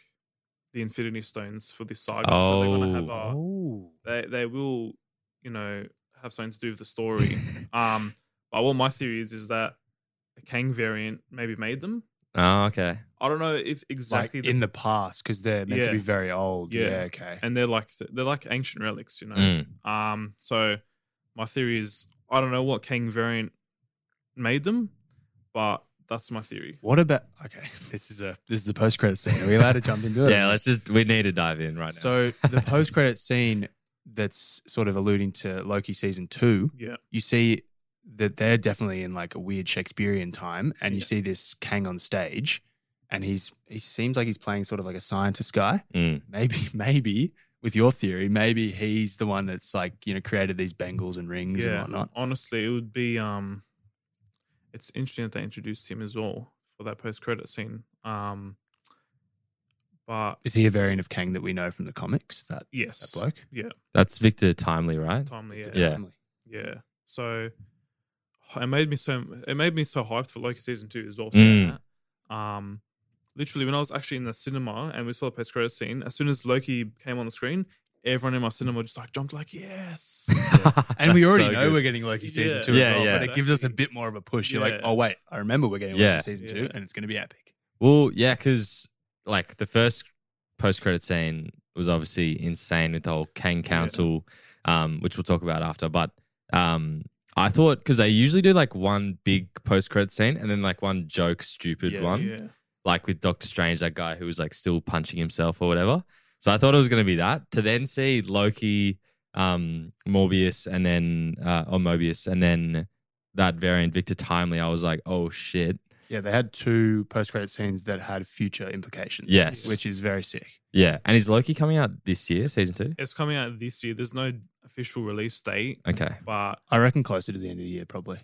the Infinity Stones for this saga. So they're gonna have a, oh, they they will you know have something to do with the story. um, but what my theory is is that a Kang variant maybe made them Oh, okay. I don't know if exactly like in the past because they're meant to Yeah. be very old. Yeah, Yeah. okay. and they're like they're like ancient relics, you know. Mm. Um, so my theory is I don't know what Kang variant made them, but that's my theory. What about okay? This is a this is the post credit scene. Are we allowed to jump into it? Yeah, let's just we need to dive in right now. So the post credit scene that's sort of alluding to Loki season two. Yeah. You see that they're definitely in like a weird Shakespearean time, and you Yeah. see this Kang on stage, and he's he seems like he's playing sort of like a scientist guy. Mm. Maybe maybe with your theory, maybe he's the one that's like you know created these bangles and rings and Yeah. whatnot. Honestly, it would be um it's interesting that they introduced him as well for that post credit scene. Um but Is he a variant of Kang that we know from the comics? That that yes. bloke. Yeah. that's Victor Timely, right? Timely, yeah. Yeah. Yeah. So it made me so it made me so hyped for Loki season two as well. Mm. saying that. Um, literally when I was actually in the cinema and we saw the post credit scene, as soon as Loki came on the screen, everyone in my cinema just like jumped like yes. And we That's already so know good. we're getting Loki season Yeah. two Yeah, as well, yeah. but it gives us a bit more of a push. You're like, Yeah. oh wait, I remember we're getting Yeah. Loki season two, Yeah. and it's going to be epic. Well, yeah, because like the first post credit scene was obviously insane with the whole Kang Council, um, which we'll talk about after. But um, I thought because they usually do like one big post credit scene and then like one joke, stupid Yeah. one, yeah. like with Doctor Strange, that guy who was like still punching himself or whatever. So I thought it was going to be that. To then see Loki, um, Morbius, and then uh, or Mobius, and then that variant Victor Timely, I was like, oh shit. Yeah, they had two post credit scenes that had future implications. Yes. which is very sick. Yeah. And is Loki coming out this year, season two? It's coming out this year. There's no official release date, Okay. but I reckon closer to the end of the year, probably.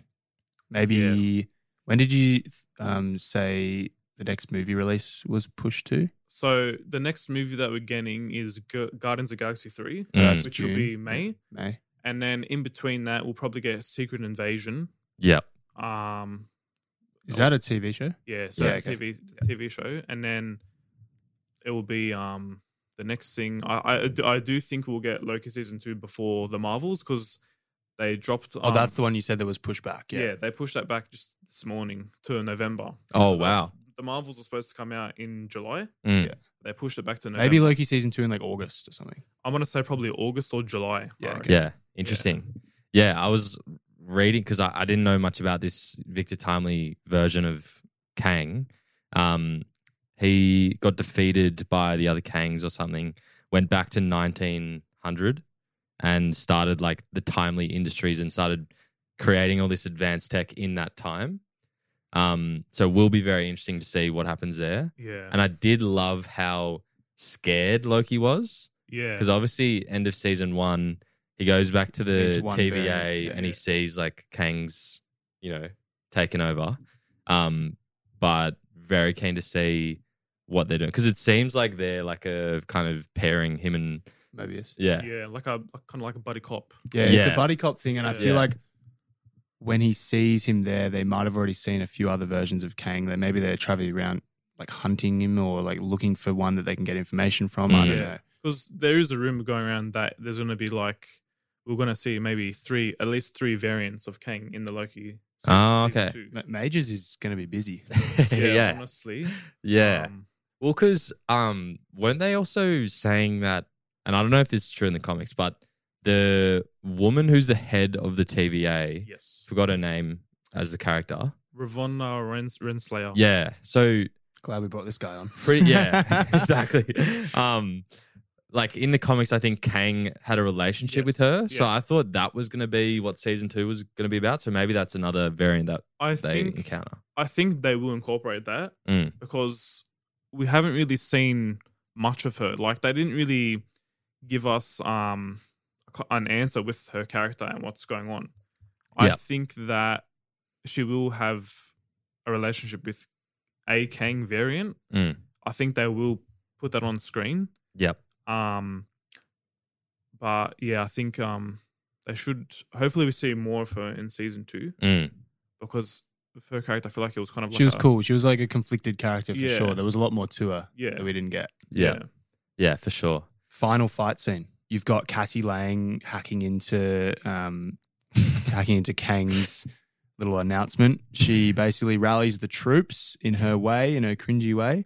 Maybe Yeah. when did you um, say the next movie release was pushed to? so the next movie that we're getting is Gu- Guardians of the Galaxy 3, Mm. That's which will be May. May. And then in between that, we'll probably get Secret Invasion. Yeah. Um, Is that a TV show? Yeah, so Yeah, that's okay. a TV TV show, and then it will be um the next thing. I I, I do think we'll get Loki season two before the Marvels because they dropped. um, Oh, that's the one you said that was pushed back. yeah. They pushed that back just this morning to November. Oh So that's- wow. The Marvels were supposed to come out in July. Mm. Yeah. They pushed it back to November. Maybe Loki season two in like August or something. I'm gonna say probably August or July. Yeah, I okay. reckon. Yeah. Interesting. Yeah. I was reading because I, I didn't know much about this Victor Timely version of Kang. Um, he got defeated by the other Kangs or something, went back to 1900 and started like the Timely Industries and started creating all this advanced tech in that time. Um, so will be very interesting to see what happens there. yeah, And I did love how scared Loki was. yeah. because obviously end of season one he goes back to It's the one TVA variant, yeah, and he yeah. sees like Kang's you know taken over um but very keen to see what they're doing because it seems like they're like a kind of pairing him and Mobius. yeah yeah, like a kind of like a buddy cop. Yeah, it's a Yeah. buddy cop thing, and I Yeah. feel Yeah. like when he sees him there, they might have already seen a few other versions of Kang. That maybe they're traveling around like hunting him or like looking for one that they can get information from. I Mm. don't Yeah. know. because there is a rumor going around that there's going to be like we're going to see maybe three, at least three variants of Kang in the Loki. se- Oh, season okay. two. Ma- Majors is going to be busy. yeah yeah, honestly, um, well because um weren't they also saying that and I don't know if this is true in the comics but the woman who's the head of the TVA yes, forgot her name as the character Ravonna Rens- Renslayer. yeah so Glad we brought this guy on. Pretty, yeah, exactly. Um, like in the comics, I think Kang had a relationship with Yes, her, so yeah. I thought that was going to be what season two was going to be about. So maybe that's another variant that I they think encounter. I think they will incorporate that Mm. because we haven't really seen much of her. Like they didn't really give us um an answer with her character and what's going on. I Yeah. think that she will have a relationship with a Kang variant. Mm. I think they will put that on screen. Yep. Um but yeah, I think um they should hopefully we see more of her in season two Mm. because with her character I feel like it was kind of like She was a- cool. She was like a conflicted character for Yeah. sure. There was a lot more to her Yeah. that we didn't get. Yeah. yeah, for sure. Final fight scene. You've got Cassie Lang hacking into um, hacking into Kang's little announcement. She basically rallies the troops in her way, in her cringy way.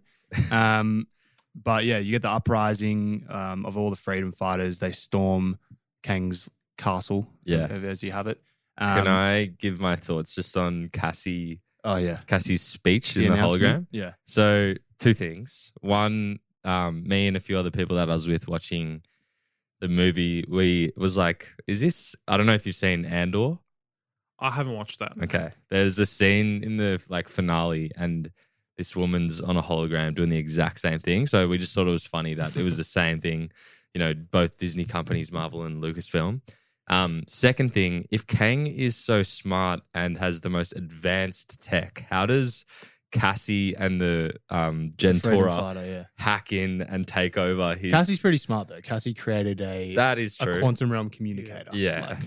Um, but yeah, you get the uprising um, of all the freedom fighters. They storm Kang's castle, Yeah. uh, as you have it. Can Um, I give my thoughts just on Cassie Oh yeah, Cassie's speech in the announcement? hologram? Yeah, So two things. One, um, me and a few other people that I was with watching the movie, we was like, "Is this?" I don't know if you've seen Andor. I haven't watched that. Okay. There's a scene in the like finale and this woman's on a hologram doing the exact same thing. So we just thought it was funny that it was the same thing, you know, both Disney companies, Marvel and Lucasfilm. Um, second thing, if Kang is so smart and has the most advanced tech, how does Cassie and the um, freedom Gentora fighter. Yeah, hack in and take over his? Cassie's pretty smart though. Cassie created a that is a true. quantum realm communicator. yeah.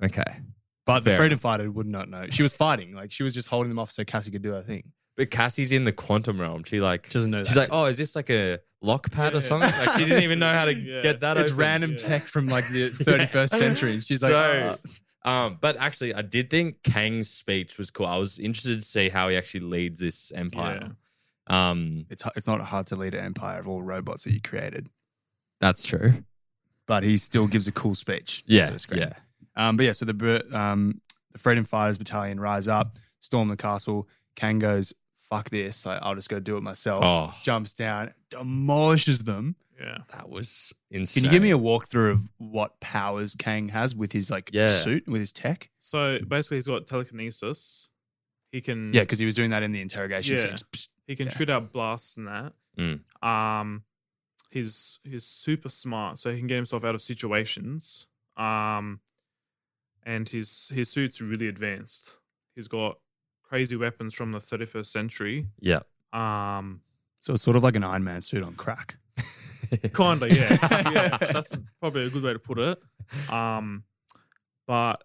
like- okay. but the Fair freedom fighter would not know. She was fighting, like she was just holding them off so Cassie could do her thing. But Cassie's in the quantum realm. She like She doesn't know. She's that like, oh, is this like a lock pad Yeah. or something? Like she didn't even know how to Yeah. get that. it's open. random yeah. tech from like the 31st century. She's like, So- "Oh." Um, but actually, I did think Kang's speech was cool. I was interested to see how he actually leads this empire. Um, it's it's not hard to lead an empire of all robots that you created, that's true. but he still gives a cool speech. Yeah, so it's great. yeah, Um, but yeah, so the Bur- um, the Freedom Fighters Battalion rise up, storm the castle. Kang goes, "Fuck this! Like, I'll just go do it myself." Oh. Jumps down, demolishes them. Yeah. that was Can insane. you give me a walkthrough of what powers Kang has with his like Yeah. suit with his tech? So basically, he's got telekinesis. He can Yeah, because he was doing that in the interrogation Yeah. scene. Psst. he can yeah. shoot out blasts and that. Mm. Um, he's he's super smart, so he can get himself out of situations. Um, and his his suit's really advanced. He's got crazy weapons from the 31st century. Yeah, Um, So it's sort of like an Iron Man suit on crack. Kinda, yeah. yeah. That's probably a good way to put it. Um, but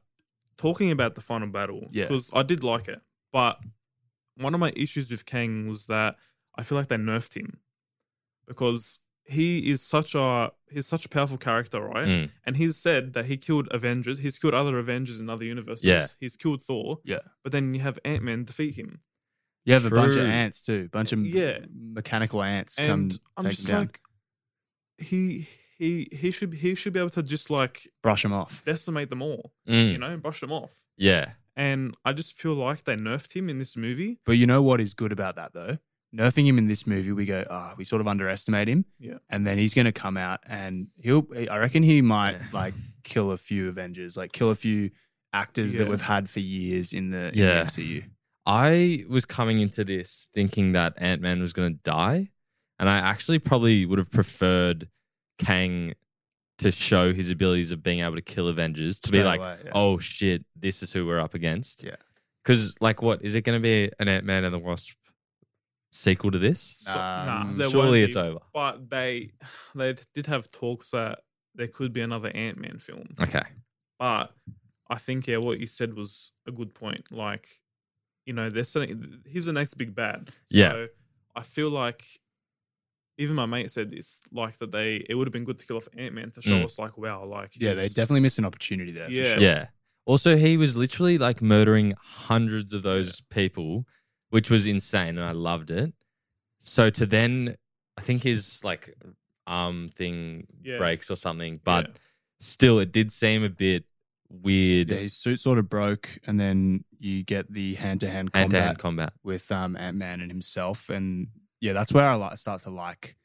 talking about the final battle, Yeah. because I did like it, but one of my issues with Kang was that I feel like they nerfed him because he is such a he's such a powerful character, right? Mm. And he's said that he killed Avengers, he's killed other Avengers in other universes. Yeah. He's killed Thor. Yeah. But then you have Ant Man defeat him. You have a bunch of True. ants too, bunch of Yeah. mechanical ants And come I'm take just him down, like he he he should he should be able to just like brush them off. decimate them all. Mm, you know, and brush them off. yeah, And I just feel like they nerfed him in this movie. But you know what is good about that though? Nerfing him in this movie, we go, ah, we sort of underestimate him. Yeah. And then he's going to come out and he'll, I reckon he might Yeah. like kill a few Avengers, like kill a few actors that Yeah. we've had for years in the, in the Yeah. MCU. I was coming into this thinking that Ant Man was going to die, and I actually probably would have preferred Kang to show his abilities of being able to kill Avengers to Straight be like, away, yeah. oh shit, this is who we're up against. Yeah. Because, like, what is it going to be an Ant Man and the Wasp sequel to this? So, nah, Um, there mm, Surely won't it's be. over. But they they did have talks that there could be another Ant Man film. Okay. But I think yeah, what you said was a good point. Like, you know, they're setting he's the next big bad. Yeah. So I feel like even my mate said this, like that they it would have been good to kill off Ant Man to show Mm. us like wow, like Yeah, they he's- definitely missed an opportunity there. Yeah. For sure. Yeah. Also, he was literally like murdering hundreds of those people, which was insane, and I loved it. So to then, I think his like arm thing Yeah. breaks or something, but Yeah. still, it did seem a bit weird. Yeah, his suit sort of broke, and then you get the hand-to-hand combat Hand to hand combat. with um, Ant Man and himself, and yeah, that's where I like, start to like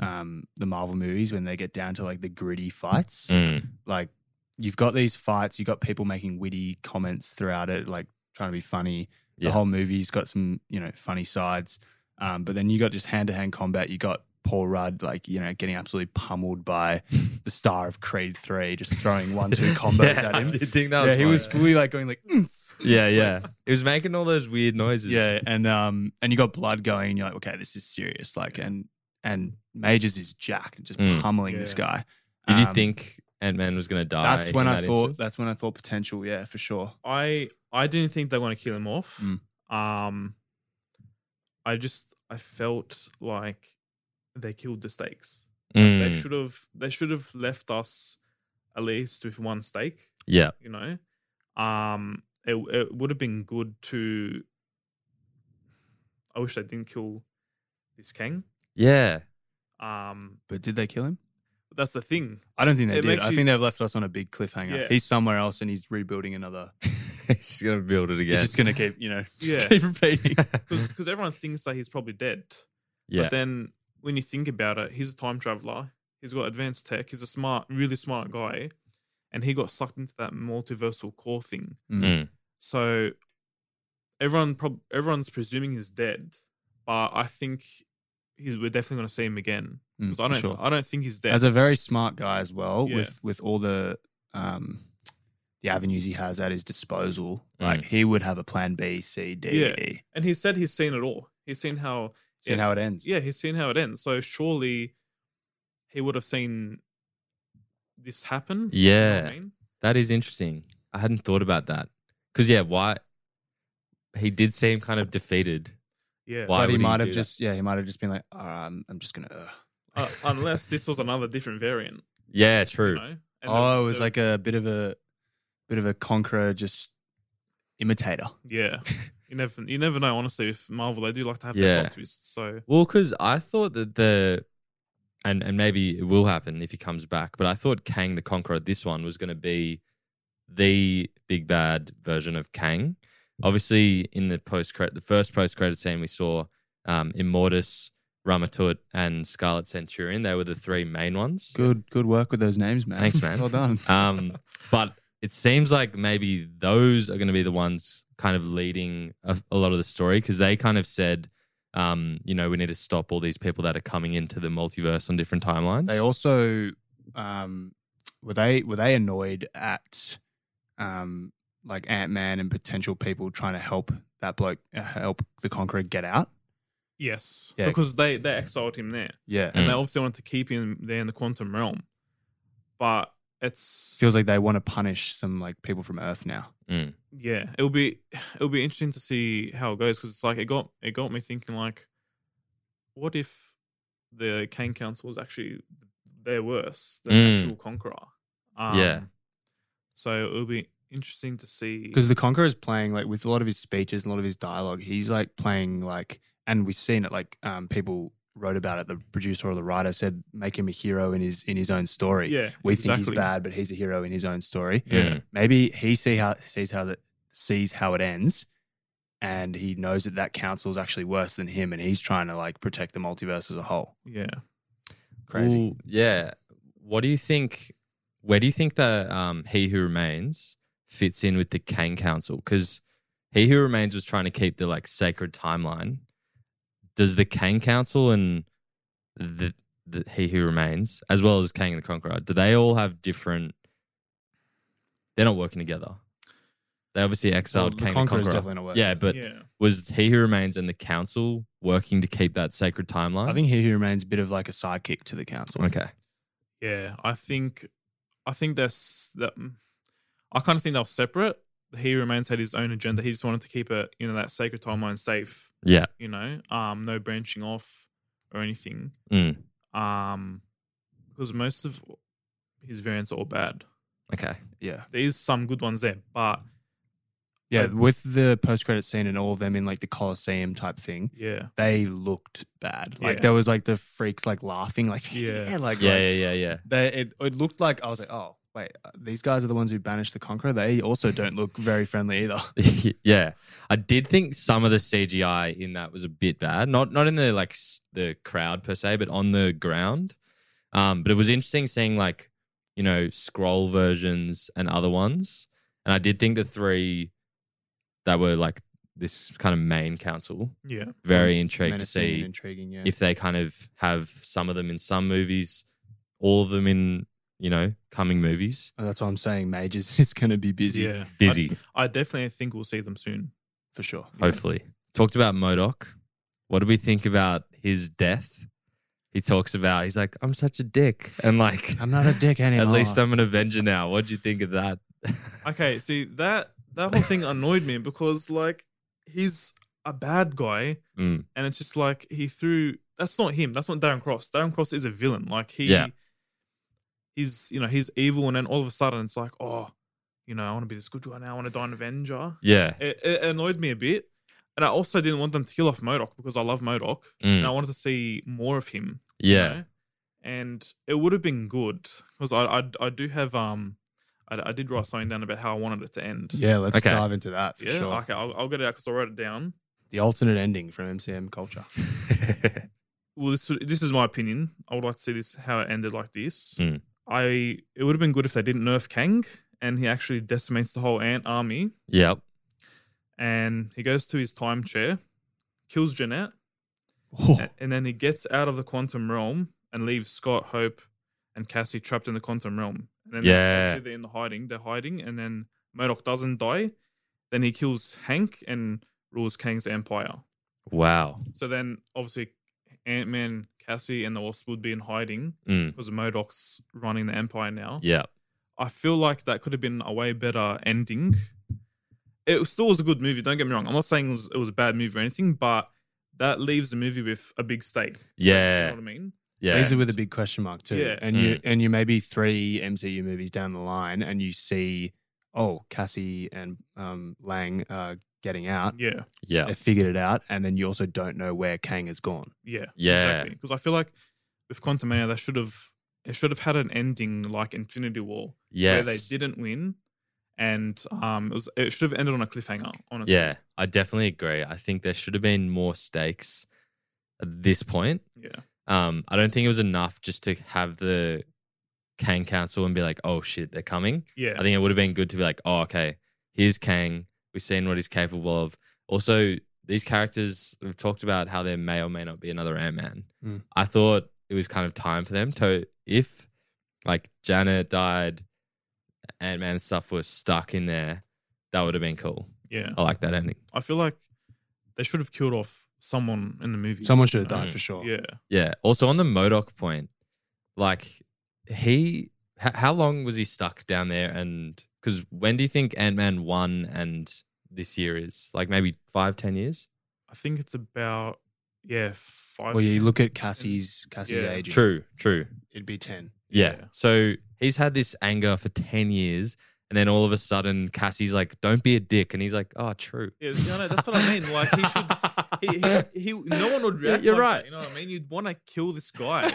um, the Marvel movies when they get down to like the gritty fights. Mm. like you've got these fights, you've got people making witty comments throughout it, like trying to be funny. Yeah. The whole movie's got some, you know, funny sides. Um, but then you got just hand to hand combat. You got Paul Rudd, like, you know, getting absolutely pummeled by the star of Creed 3, just throwing one, two combos yeah, at I him. did think that yeah, was he funny. was fully like going like, Yeah, yeah. He was making all those weird noises. yeah. And, um, and you got blood going, and you're like, okay, this is serious. Like, and, and Majors is jacked, and just Mm. pummeling Yeah. this guy. Did you Um, think Ant Man was gonna die? that's when in I that thought, instance? that's when I thought potential. Yeah, for sure. I I didn't think they were going to kill him off. Um, I just I felt like they killed the stakes. They Mm. should have they should have left us at least with one stake, Yeah. you know. Um, it, it would have been good to. I wish they didn't kill this king. Yeah. Um, But did they kill him? that's the thing. I don't think they It did. makes I you- think they've left us on a big cliffhanger. Yeah. He's somewhere else and he's rebuilding another. She's going to build it again. It's just going to keep, you know, Yeah. keep repeating. Because everyone thinks that he's probably dead. yeah. But then when you think about it, he's a time traveler. He's got advanced tech. He's a smart, really smart guy. And he got sucked into that multiversal core thing. Mm. So everyone prob- everyone's presuming he's dead, but I think he's we're definitely going to see him again. Mm, 'Cause I don't for sure. I don't think he's dead. As a very smart guy as well, Yeah. with with all the um the avenues he has at his disposal, like he would have a plan B, C, D, Yeah. E. and he said he's seen it all. He's seen how See Yeah. how it ends. yeah, he's seen how it ends. So surely he would have seen this happen. You know what I Yeah. mean? That is interesting. I hadn't thought about that. Because, yeah, why? He did seem kind of defeated. Yeah. Why but he would he might have do that? just yeah, he might have just been like, "Ah, I'm, I'm just gonna. Uh. Uh, unless this was another different variant. Yeah, You true. know? And Oh, the- it was the- like a bit of a bit of a conqueror, just imitator. yeah. You never, you never know. Honestly, with Marvel, they do like to have Yeah. that plot twist. So Well, because I thought that the and and maybe it will happen if he comes back, but I thought Kang the Conqueror, this one was going to be the big bad version of Kang. Obviously, in the post credit, the first post credit scene, we saw um, Immortus, Ramatut, and Scarlet Centurion. They were the three main ones. Good, good work with those names, man. Thanks, man. well done. Um, but it seems like maybe those are going to be the ones kind of leading a, a lot of the story because they kind of said, um, you know, we need to stop all these people that are coming into the multiverse on different timelines. They also um, were they were they annoyed at um, like Ant Man and potential people trying to help that bloke uh, help the Conqueror get out. yes, Yeah. because they they exiled him there, Yeah, and Mm. they obviously wanted to keep him there in the quantum realm. But it's feels like they want to punish some like people from Earth now. yeah, it'll be it'll be interesting to see how it goes because it's like it got it got me thinking like, what if the Kane Council was actually they're worse than Mm. the actual Conqueror? Um, Yeah. So it'll be interesting to see Because the Conqueror is playing like with a lot of his speeches and a lot of his dialogue, he's like playing like, and we've seen it like um, people wrote about it. The producer or the writer said, make him a hero in his in his own story. yeah we think exactly. he's bad, but he's a hero in his own story. Yeah. Maybe he see how sees how that sees how it ends, and he knows that that council is actually worse than him, and he's trying to like protect the multiverse as a whole. Yeah. Crazy. Ooh, yeah. What do you think? Where do you think the um, He Who Remains fits in with the Kang Council? Because He Who Remains was trying to keep the like sacred timeline. Does the Kang Council and the, the He Who Remains, as well as Kang and the Conqueror, do they all have different? They're not working together. They obviously Well, exiled the Kang Conqueror and the is Conqueror. definitely not working. Yeah, but yeah. was He Who Remains and the Council working to keep that sacred timeline? I think he who remains a bit of like a sidekick to the council. Okay. Yeah. I think I think that's that mm, I kind of think they were separate. He remains had his own agenda. He just wanted to keep it, you know, that sacred timeline safe, Yeah. you know. Um, no branching off or anything. Mm. Um because most of his variants are all bad. Okay. Yeah. There is some good ones there, but Yeah, Like- with the post credit scene and all of them in like the Colosseum type thing, yeah. they looked bad. Like Yeah. there was like the freaks like laughing, like yeah, Yeah. like yeah, like, yeah, yeah, yeah. They it, it looked like I was like, oh wait, uh, these guys are the ones who banished the conqueror. They also don't look very friendly either. yeah, I did think some of the CGI in that was a bit bad. Not not in the like s- the crowd per se, but on the ground. Um, but it was interesting seeing like you know scroll versions and other ones. And I did think the three that were like this kind of main council Yeah. very intrigued to Mm, Menacing and see intriguing. Yeah, if they kind of have some of them in some movies, all of them in you know coming movies. Uh, that's what I'm saying. Majors is going to be busy Yeah. Busy. I, I definitely think we'll see them soon. for sure. hopefully. Talked about Modoc. What do we think about his death? He talks about he's like, I'm such a dick. And like I'm not a dick anymore. at least I'm an Avenger now. What'd you think of that? Okay, see that that whole thing annoyed me because like he's a bad guy, Mm. and it's just like he threw. That's not him. That's not Darren Cross. Darren Cross is a villain. Like he, Yeah. he's you know he's evil, and then all of a sudden it's like oh, you know, I want to be this good guy now. I want to die an Avenger. Yeah. It, it annoyed me a bit, and I also didn't want them to kill off Modoc because I love Modoc, and I Mm. wanted to see more of him. you Yeah. know? And it would have been good because I, I I do have um I, I did write something down about how I wanted it to end. Yeah, let's Okay. dive into that for Yeah. sure. Okay. I'll, I'll get it out because I wrote it down. The alternate ending from MCM culture. well, this this is my opinion. I would like to see this how it ended like this. Mm. I it would have been good if they didn't nerf Kang and he actually decimates the whole ant army yep. and he goes to his time chair, kills Jeanette, a- and then he gets out of the quantum realm and leaves Scott, Hope, and Cassie trapped in the quantum realm. And then Yeah. actually they're in the hiding. They're hiding, and then Murdoch doesn't die. Then he kills Hank and rules Kang's empire. Wow. So then, obviously, Ant Man, Cassie, and the Wasp would be in hiding Mm. because Modoc's running the Empire now. Yep. I feel like that could have been a way better ending. It was- still was a good movie. Don't get me wrong. I'm not saying it was, it was a bad movie or anything, but that leaves the movie with a big stake. You know Yeah. what I mean? Yeah. These are with a big question mark too. Yeah. And you and you maybe three MCU movies down the line and you see, oh, Cassie and um, Lang are getting out. Yeah, Yeah. They figured it out, and then you also don't know where Kang has gone. yeah, Yeah. Because I feel like with Quantum Mania, they should have it should have had an ending like Infinity War, where Yes. they didn't win, and um, it was it should have ended on a cliffhanger. Honestly, Yeah. I definitely agree. I think there should have been more stakes at this point. yeah. Um, I don't think it was enough just to have the Kang Council and be like, oh shit, they're coming. Yeah. I think it would have been good to be like, oh, okay, here's Kang. We've seen what he's capable of. Also, these characters, we've talked about how there may or may not be another Ant Man. Mm. I thought it was kind of time for them to, if like Janet died, Ant Man stuff was stuck in there, that would have been cool. yeah. I like that ending. I feel like they should have killed off someone in the movie. Someone should have died Mm. for sure. Yeah. Yeah. Also, on the Modoc point, like he, h- how long was he stuck down there? And because when do you think Ant Man 1 and this year is? Like maybe five, 10 years? I think it's about yeah five. Well, you ten- look at Cassie's Cassie's Yeah. age. True, true. It'd be ten. Yeah. Yeah. So he's had this anger for 10 years. And then all of a sudden, Cassie's like, don't be a dick. And he's like, oh, true. Yeah, you know, that's what I mean. Like he should. He, he, he, no one would Yeah, react. you're like that, right. you know what I mean? You'd want to kill this guy.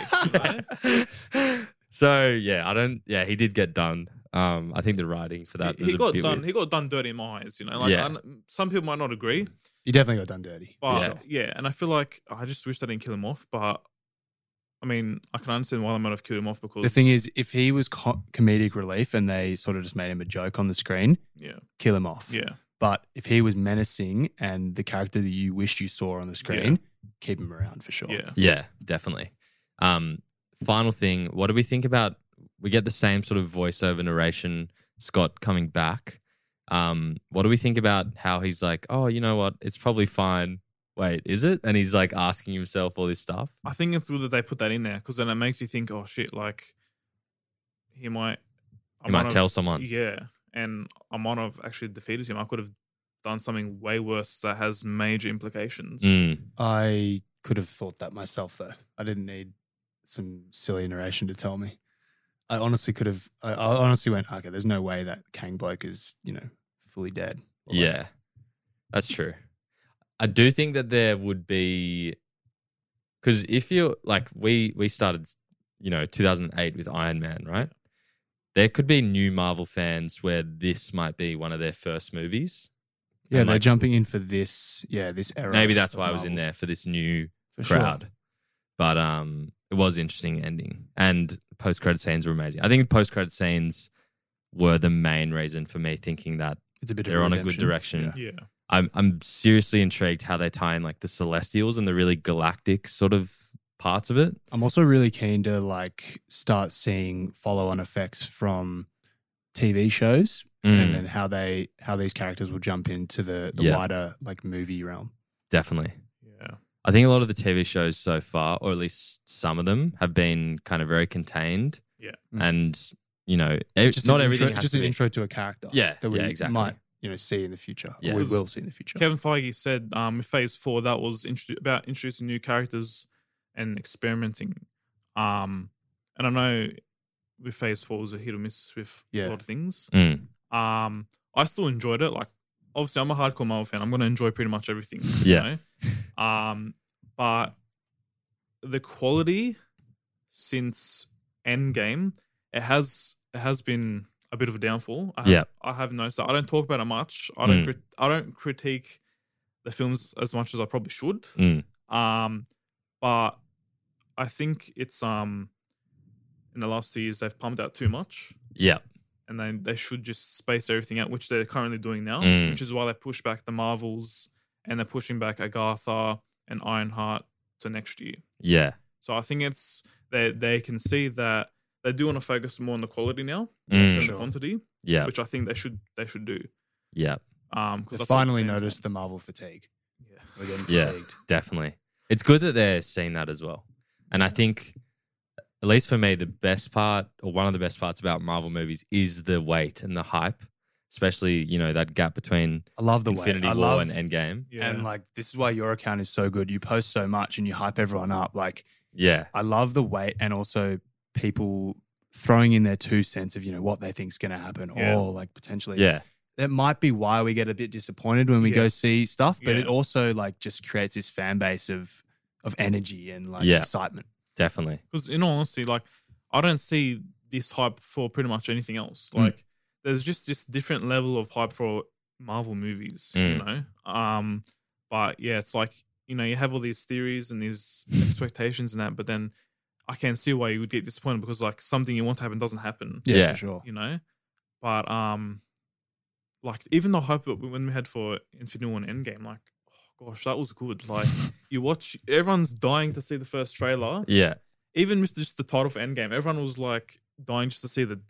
you know? so, yeah, I don't, yeah, he did get done. Um, I think the writing for that he, was he a got bit done. weird. He got done dirty in my eyes. You know, like Yeah. Mm. I'm- some people might not agree, You definitely got done dirty. but Yeah. yeah. And I feel like I just wish they didn't kill him off. But I mean, I can understand why they might have killed him off because The thing is, if he was co- comedic relief and they sort of just made him a joke on the screen, yeah, kill him off. yeah, But if he was menacing and the character that you wished you saw on the screen, keep him around for sure. yeah. Yeah, definitely. Um, final thing, what do we think about? We get the same sort of voiceover narration, Scott coming back. Um, what do we think about how he's like, oh, you know what? It's probably fine. Wait, is it? And he's like asking himself all this stuff. I think it's good that they put that in there because then it makes you think, oh shit, like he might, I He might have- tell someone. yeah, and I might have actually defeated him. I could have done something way worse that has major implications. Mm, I could have thought that myself though. I didn't need some silly narration to tell me. I honestly could have. I, I honestly went, okay. There's no way that Kang bloke is you know fully dead. Or like- yeah, that's true. I do think that there would be, because if you're like we we started, you know, 2008 with Iron Man, right? There could be new Marvel fans where this might be one of their first movies. yeah. And, They're like, jumping in for this. Yeah, this era. maybe that's of why I was in Marvel. there for this new For sure. crowd. But um, it was interesting ending, and post credit scenes were amazing. I think post credit scenes were the main reason for me thinking that It's a bit. they're of on a good redemption. direction. Yeah. Yeah, I'm I'm seriously intrigued how they tie in like the Celestials and the really galactic sort of parts of it. I'm also really keen to like start seeing follow-on effects from TV shows and then how they how these characters will jump into the the Hmm. Yeah. wider like movie realm. Definitely. yeah, I think a lot of the TV shows so far, or at least some of them, have been kind of very contained. Yeah. Mm. And you know, ev- Just not an everything intro, has just to an be. intro to a character. Yeah, that we yeah, exactly. might you know see in the future. Yeah. or we Was- will see in the future. Kevin Feige said um, with Phase Four that was intro- about introducing new characters and experimenting. Um, and I know with Phase Four was a hit or miss with Yeah. a lot of things. Mm. Um, I still enjoyed it. Like, obviously, I'm a hardcore Marvel fan. I'm going to enjoy pretty much everything. Yeah. You know? um, but the quality since Endgame, it has it has been a bit of a downfall. I have, Yeah. I have noticed. that. I don't talk about it much. I don't. Mm. Crit- I don't critique the films as much as I probably should. Mm. Um, but I think it's um in the last two years they've pumped out too much, Yeah. and then they should just space everything out, which they're currently doing now, Mm. which is why they push back the Marvels and they're pushing back Agatha and Ironheart to next year. Yeah. So I think it's they they can see that they do want to focus more on the quality now Mm. than Sure. the quantity, Yeah. which I think they should they should do. Yeah. Um, They because finally noticed the Marvel fatigue. Yeah. We're getting Yeah. fatigued. Definitely. It's good that they're seeing that as well. And I think, at least for me, the best part or one of the best parts about Marvel movies is the wait and the hype, especially, you know, that gap between I love the Infinity way. I War love, and Endgame. Yeah. And like this is why your account is so good. You post so much and you hype everyone up. Like Yeah. I love the weight and also people throwing in their two cents of you know what they think's going to happen Yeah. or like potentially Yeah. that might be why we get a bit disappointed when we go Yes. see stuff but Yeah. it also like just creates this fan base of of energy and like Yeah. excitement Definitely. Because in all honesty, like I don't see this hype for pretty much anything else. Mm. Like there's just this different level of hype for Marvel movies, Mm. you know. Um, but yeah, it's like you know you have all these theories and these expectations and that, but then I can see why you would get disappointed because like something you want to happen doesn't happen, Yeah. for sure you know. But um, like even the hype that we- when we had for Infinity War and Endgame, like oh gosh, that was good. Like you watch, everyone's dying to see the first trailer Yeah. even with just the title for Endgame, everyone was like dying just to see the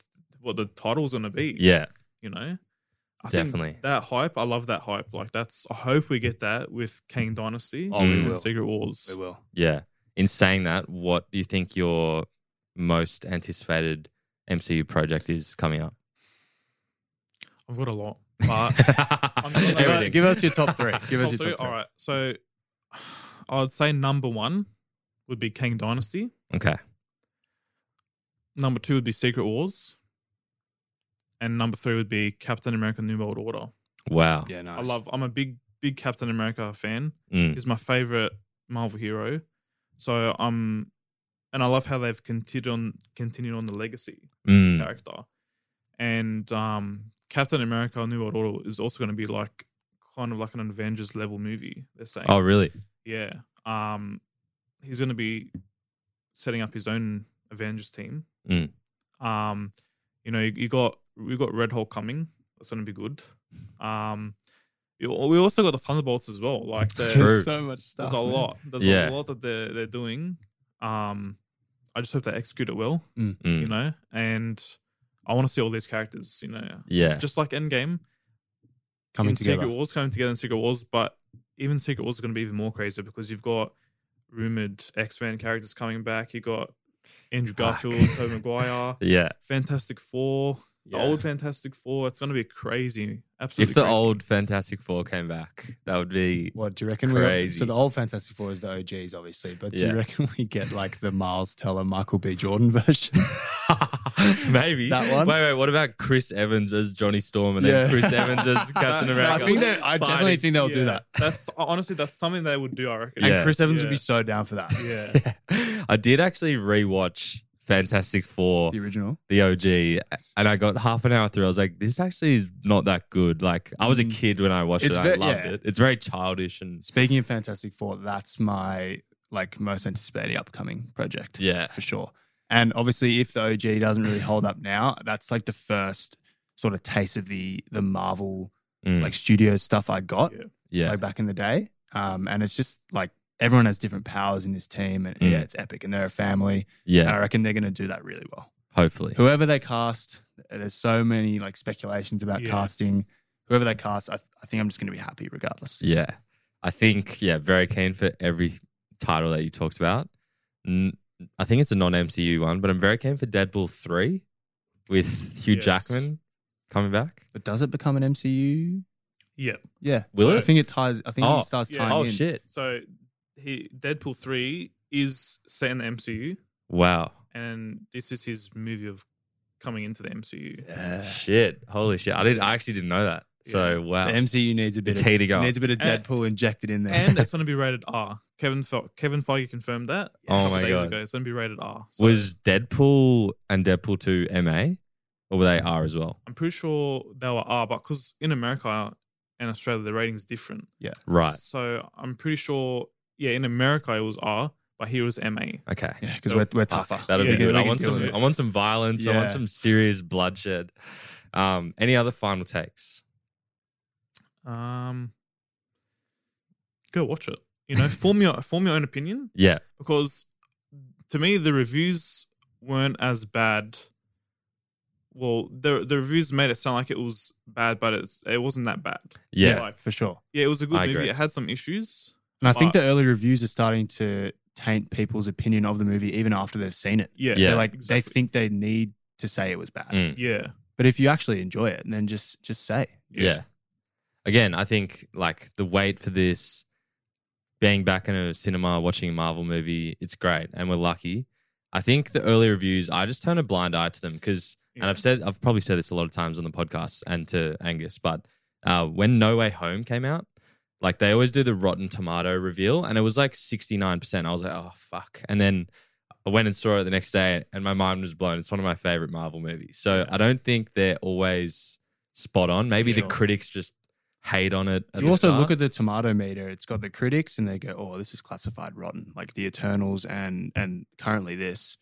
what the title was gonna be. Yeah. you know, I Definitely. think that hype. I love that hype. Like that's. I hope we get that with Kang Dynasty oh we Mm. and will Secret Wars. we will Yeah. In saying that, what do you think your most anticipated MCU project is coming up? I've got a lot, but Uh, gonna- Everything. give us your top three give us Top your top three? three All right, so I would say number one would be Kang Dynasty. Okay. Number two would be Secret Wars. And number three would be Captain America: New World Order. Wow. yeah nice I love. I'm a big, big Captain America fan. Mm. is my favorite Marvel hero. So um, and I love how they've continued on continued on the legacy Mm. character, and um, Captain America: New World Order is also going to be like kind of like an Avengers level movie. They're saying, Oh, really? yeah, um, he's going to be setting up his own Avengers team. Mm. Um, you know, you, you got we got Red Hulk coming. That's going to be good. Um. you- We also got the Thunderbolts as well. Like they're- True. so much stuff there's a man. lot. There's Yeah. a lot that they're they're doing. Um, I just hope they execute it well, Mm. you know. And I want to see all these characters, you know, yeah. just like Endgame, coming in together Secret Wars coming together in Secret Wars. But even Secret Wars is going to be even more crazy because you've got rumored X Men characters coming back. You got Andrew Fuck. Garfield, Tobey Maguire, yeah. Fantastic Four, Yeah. the old Fantastic Four. It's going to be crazy. Absolutely, If the crazy. old Fantastic Four came back, that would be What do you reckon? Crazy. We, so the old Fantastic Four is the OGs, obviously, but do Yeah. you reckon we get like the Miles Teller, Michael B. Jordan version? maybe That one? Wait, wait. What about Chris Evans as Johnny Storm and then Yeah. Chris Evans as Captain That- America? I think that I definitely think they'll do Yeah. that. That's honestly that's something they would do. I reckon. Yeah. And Chris Evans Yeah. would be so down for that. Yeah. I did actually rewatch Fantastic Four, The original. the OG, and I got half an hour through. I was like, this actually is not that good. Like, I was a Mm. kid when I watched It's it. I ve- loved yeah. it. It's very childish and Speaking of Fantastic Four, that's my like most anticipated upcoming project. yeah, For sure. And obviously if the OG doesn't really hold up now, that's like the first sort of taste of the the Marvel Hmm. Mm. like studio stuff I got. yeah, like back in the day. Um, and it's just like everyone has different powers in this team, and Mm. yeah, it's epic. And they're a family. And yeah. I reckon they're going to do that really well. Hopefully, Whoever they cast, there's so many like speculations about Yeah. casting. Whoever they cast, I, I think I'm just going to be happy regardless. yeah. I think yeah, very keen for every title that you talked about. N- I think it's a non MCU one, but I'm very keen for Deadpool three with Hugh Yes. Jackman coming back. But does it become an MCU? Yeah. Yeah, Will So it? I think it ties. I think Oh, it starts yeah. tying Oh in. shit! So he Deadpool three is set in the MCU, Wow. and this is his movie of coming into the MCU. Shit. Holy shit. I did I actually didn't know that. So wow. The MCU needs a bit It's of heating up. needs a bit of And- Deadpool injected in there. And it's going to be rated R. Kevin Fe- Kevin Feige confirmed that. a Oh couple my days God. ago. It's going to be rated R. So Was Deadpool and Deadpool 2 MA? Or were they R as well? I'm pretty sure they were R, but because in America and Australia the rating's different. Right. So I'm pretty sure, yeah, in America it was R, but here it was MA. Okay. yeah, because So- we're, we're tougher. Oh, That'll Yeah, be good. We I can want deal some. with it. I want some violence. I Yeah. want some serious bloodshed. Um, any other final takes? Um, go watch it. You know, form your form your own opinion Yeah, because to me the reviews weren't as bad. Well, the the reviews made it sound like it was bad, but it's it wasn't that bad. yeah, like, for sure. yeah, it was a good I movie. agree. It had some issues. And I think But- the early reviews are starting to taint people's opinion of the movie even after they've seen it. Yeah, Yeah. They're like they exactly. think they need to say it was bad. Mm. Yeah, But if you actually enjoy it, then just just say. yeah. Again, I think like the wait for this, being back in a cinema watching a Marvel movie, it's great, and we're lucky. I think the early reviews, I just turn a blind eye to them because, and Yeah. I've said, I've probably said this a lot of times on the podcast and to Angus, but uh, when No Way Home came out, like they always do the Rotten Tomato reveal, and it was like sixty nine percent. I was like, oh fuck, and then I went and saw it the next day, and my mind was blown. It's one of my favorite Marvel movies, so I don't think they're always spot on. Maybe the Sure. critics just hate on it. At you the also start. look at the tomato meter. It's got the critics, and they go, "Oh, this is classified rotten," like the Eternals and and currently this.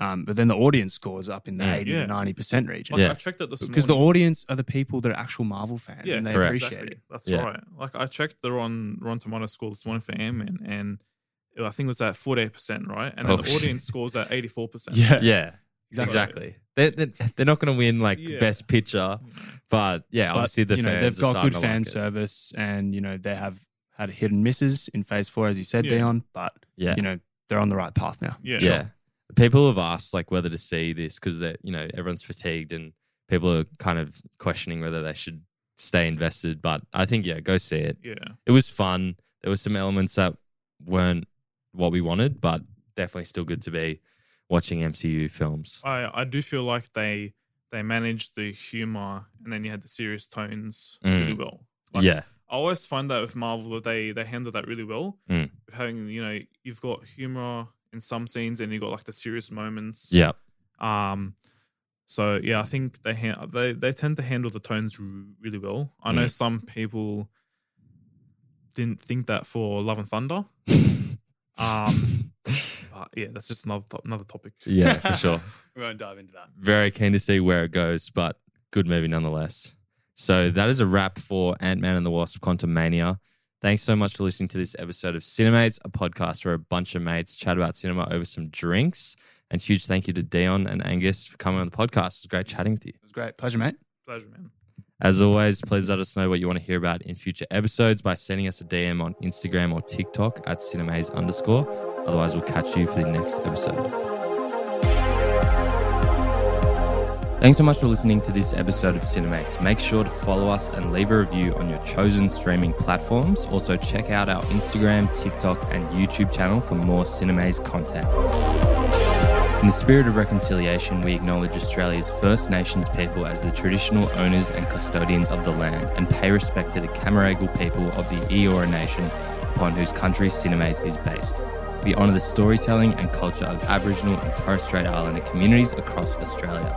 Um, but then the audience scores up in the Mm. eighty Yeah. to ninety percent region Like, Yeah. I checked it this because the morning. audience are the people that are actual Marvel fans, and they correct. appreciate exactly. it. That's Yeah. right. Like I checked the Ron Ron Tomato score this morning for Ant Man, and it- I think it was at forty eight percent, right? And then Oh, the audience scores at eighty four percent. yeah, Exactly. exactly. They're, they're, they're not going to win like Yeah. best picture, but yeah, But, obviously the you know, fans they've are got starting good to like fan it. service, and you know they have had hit and misses in Phase Four, as you said, Yeah. Dion. But Yeah, you know they're on the right path now. Yeah. yeah. People have asked like whether to see this because that you know everyone's fatigued and people are kind of questioning whether they should stay invested. But I think yeah, go see it. Yeah. It was fun. There were some elements that weren't what we wanted, but definitely still good to be watching MCU films. I, I do feel like they they managed the humor and then you had the serious tones Mm. really well. Like, yeah, I always find that with Marvel that they they handle that really well. Mm. With having you know you've got humor in some scenes and you have got like the serious moments. yeah, Um, so yeah, I think they han- they they tend to handle the tones r- really well. I Mm. know some people didn't think that for Love and Thunder. um, but yeah, that's just another to- another topic. yeah, for sure. We won't dive into that. very keen to see where it goes, but good movie nonetheless. So that is a wrap for Ant Man and the Wasp Quantum Mania. Thanks so much for listening to this episode of Cinemates, a podcast where a bunch of mates chat about cinema over some drinks. And huge thank you to Dion and Angus for coming on the podcast. It was great chatting with you. It was great. Pleasure, mate. Pleasure, man. As always, please let us know what you want to hear about in future episodes by sending us a DM on Instagram or TikTok at cinemaze underscore. Otherwise, we'll catch you for the next episode. Thanks so much for listening to this episode of Cinemates. Make sure to follow us and leave a review on your chosen streaming platforms. Also, check out our Instagram, TikTok, and YouTube channel for more Cinemaze content. In the spirit of reconciliation, we acknowledge Australia's First Nations people as the traditional owners and custodians of the land and pay respect to the Camaragal people of the Eora Nation upon whose country Cinemas is based. We honour the storytelling and culture of Aboriginal and Torres Strait Islander communities across Australia.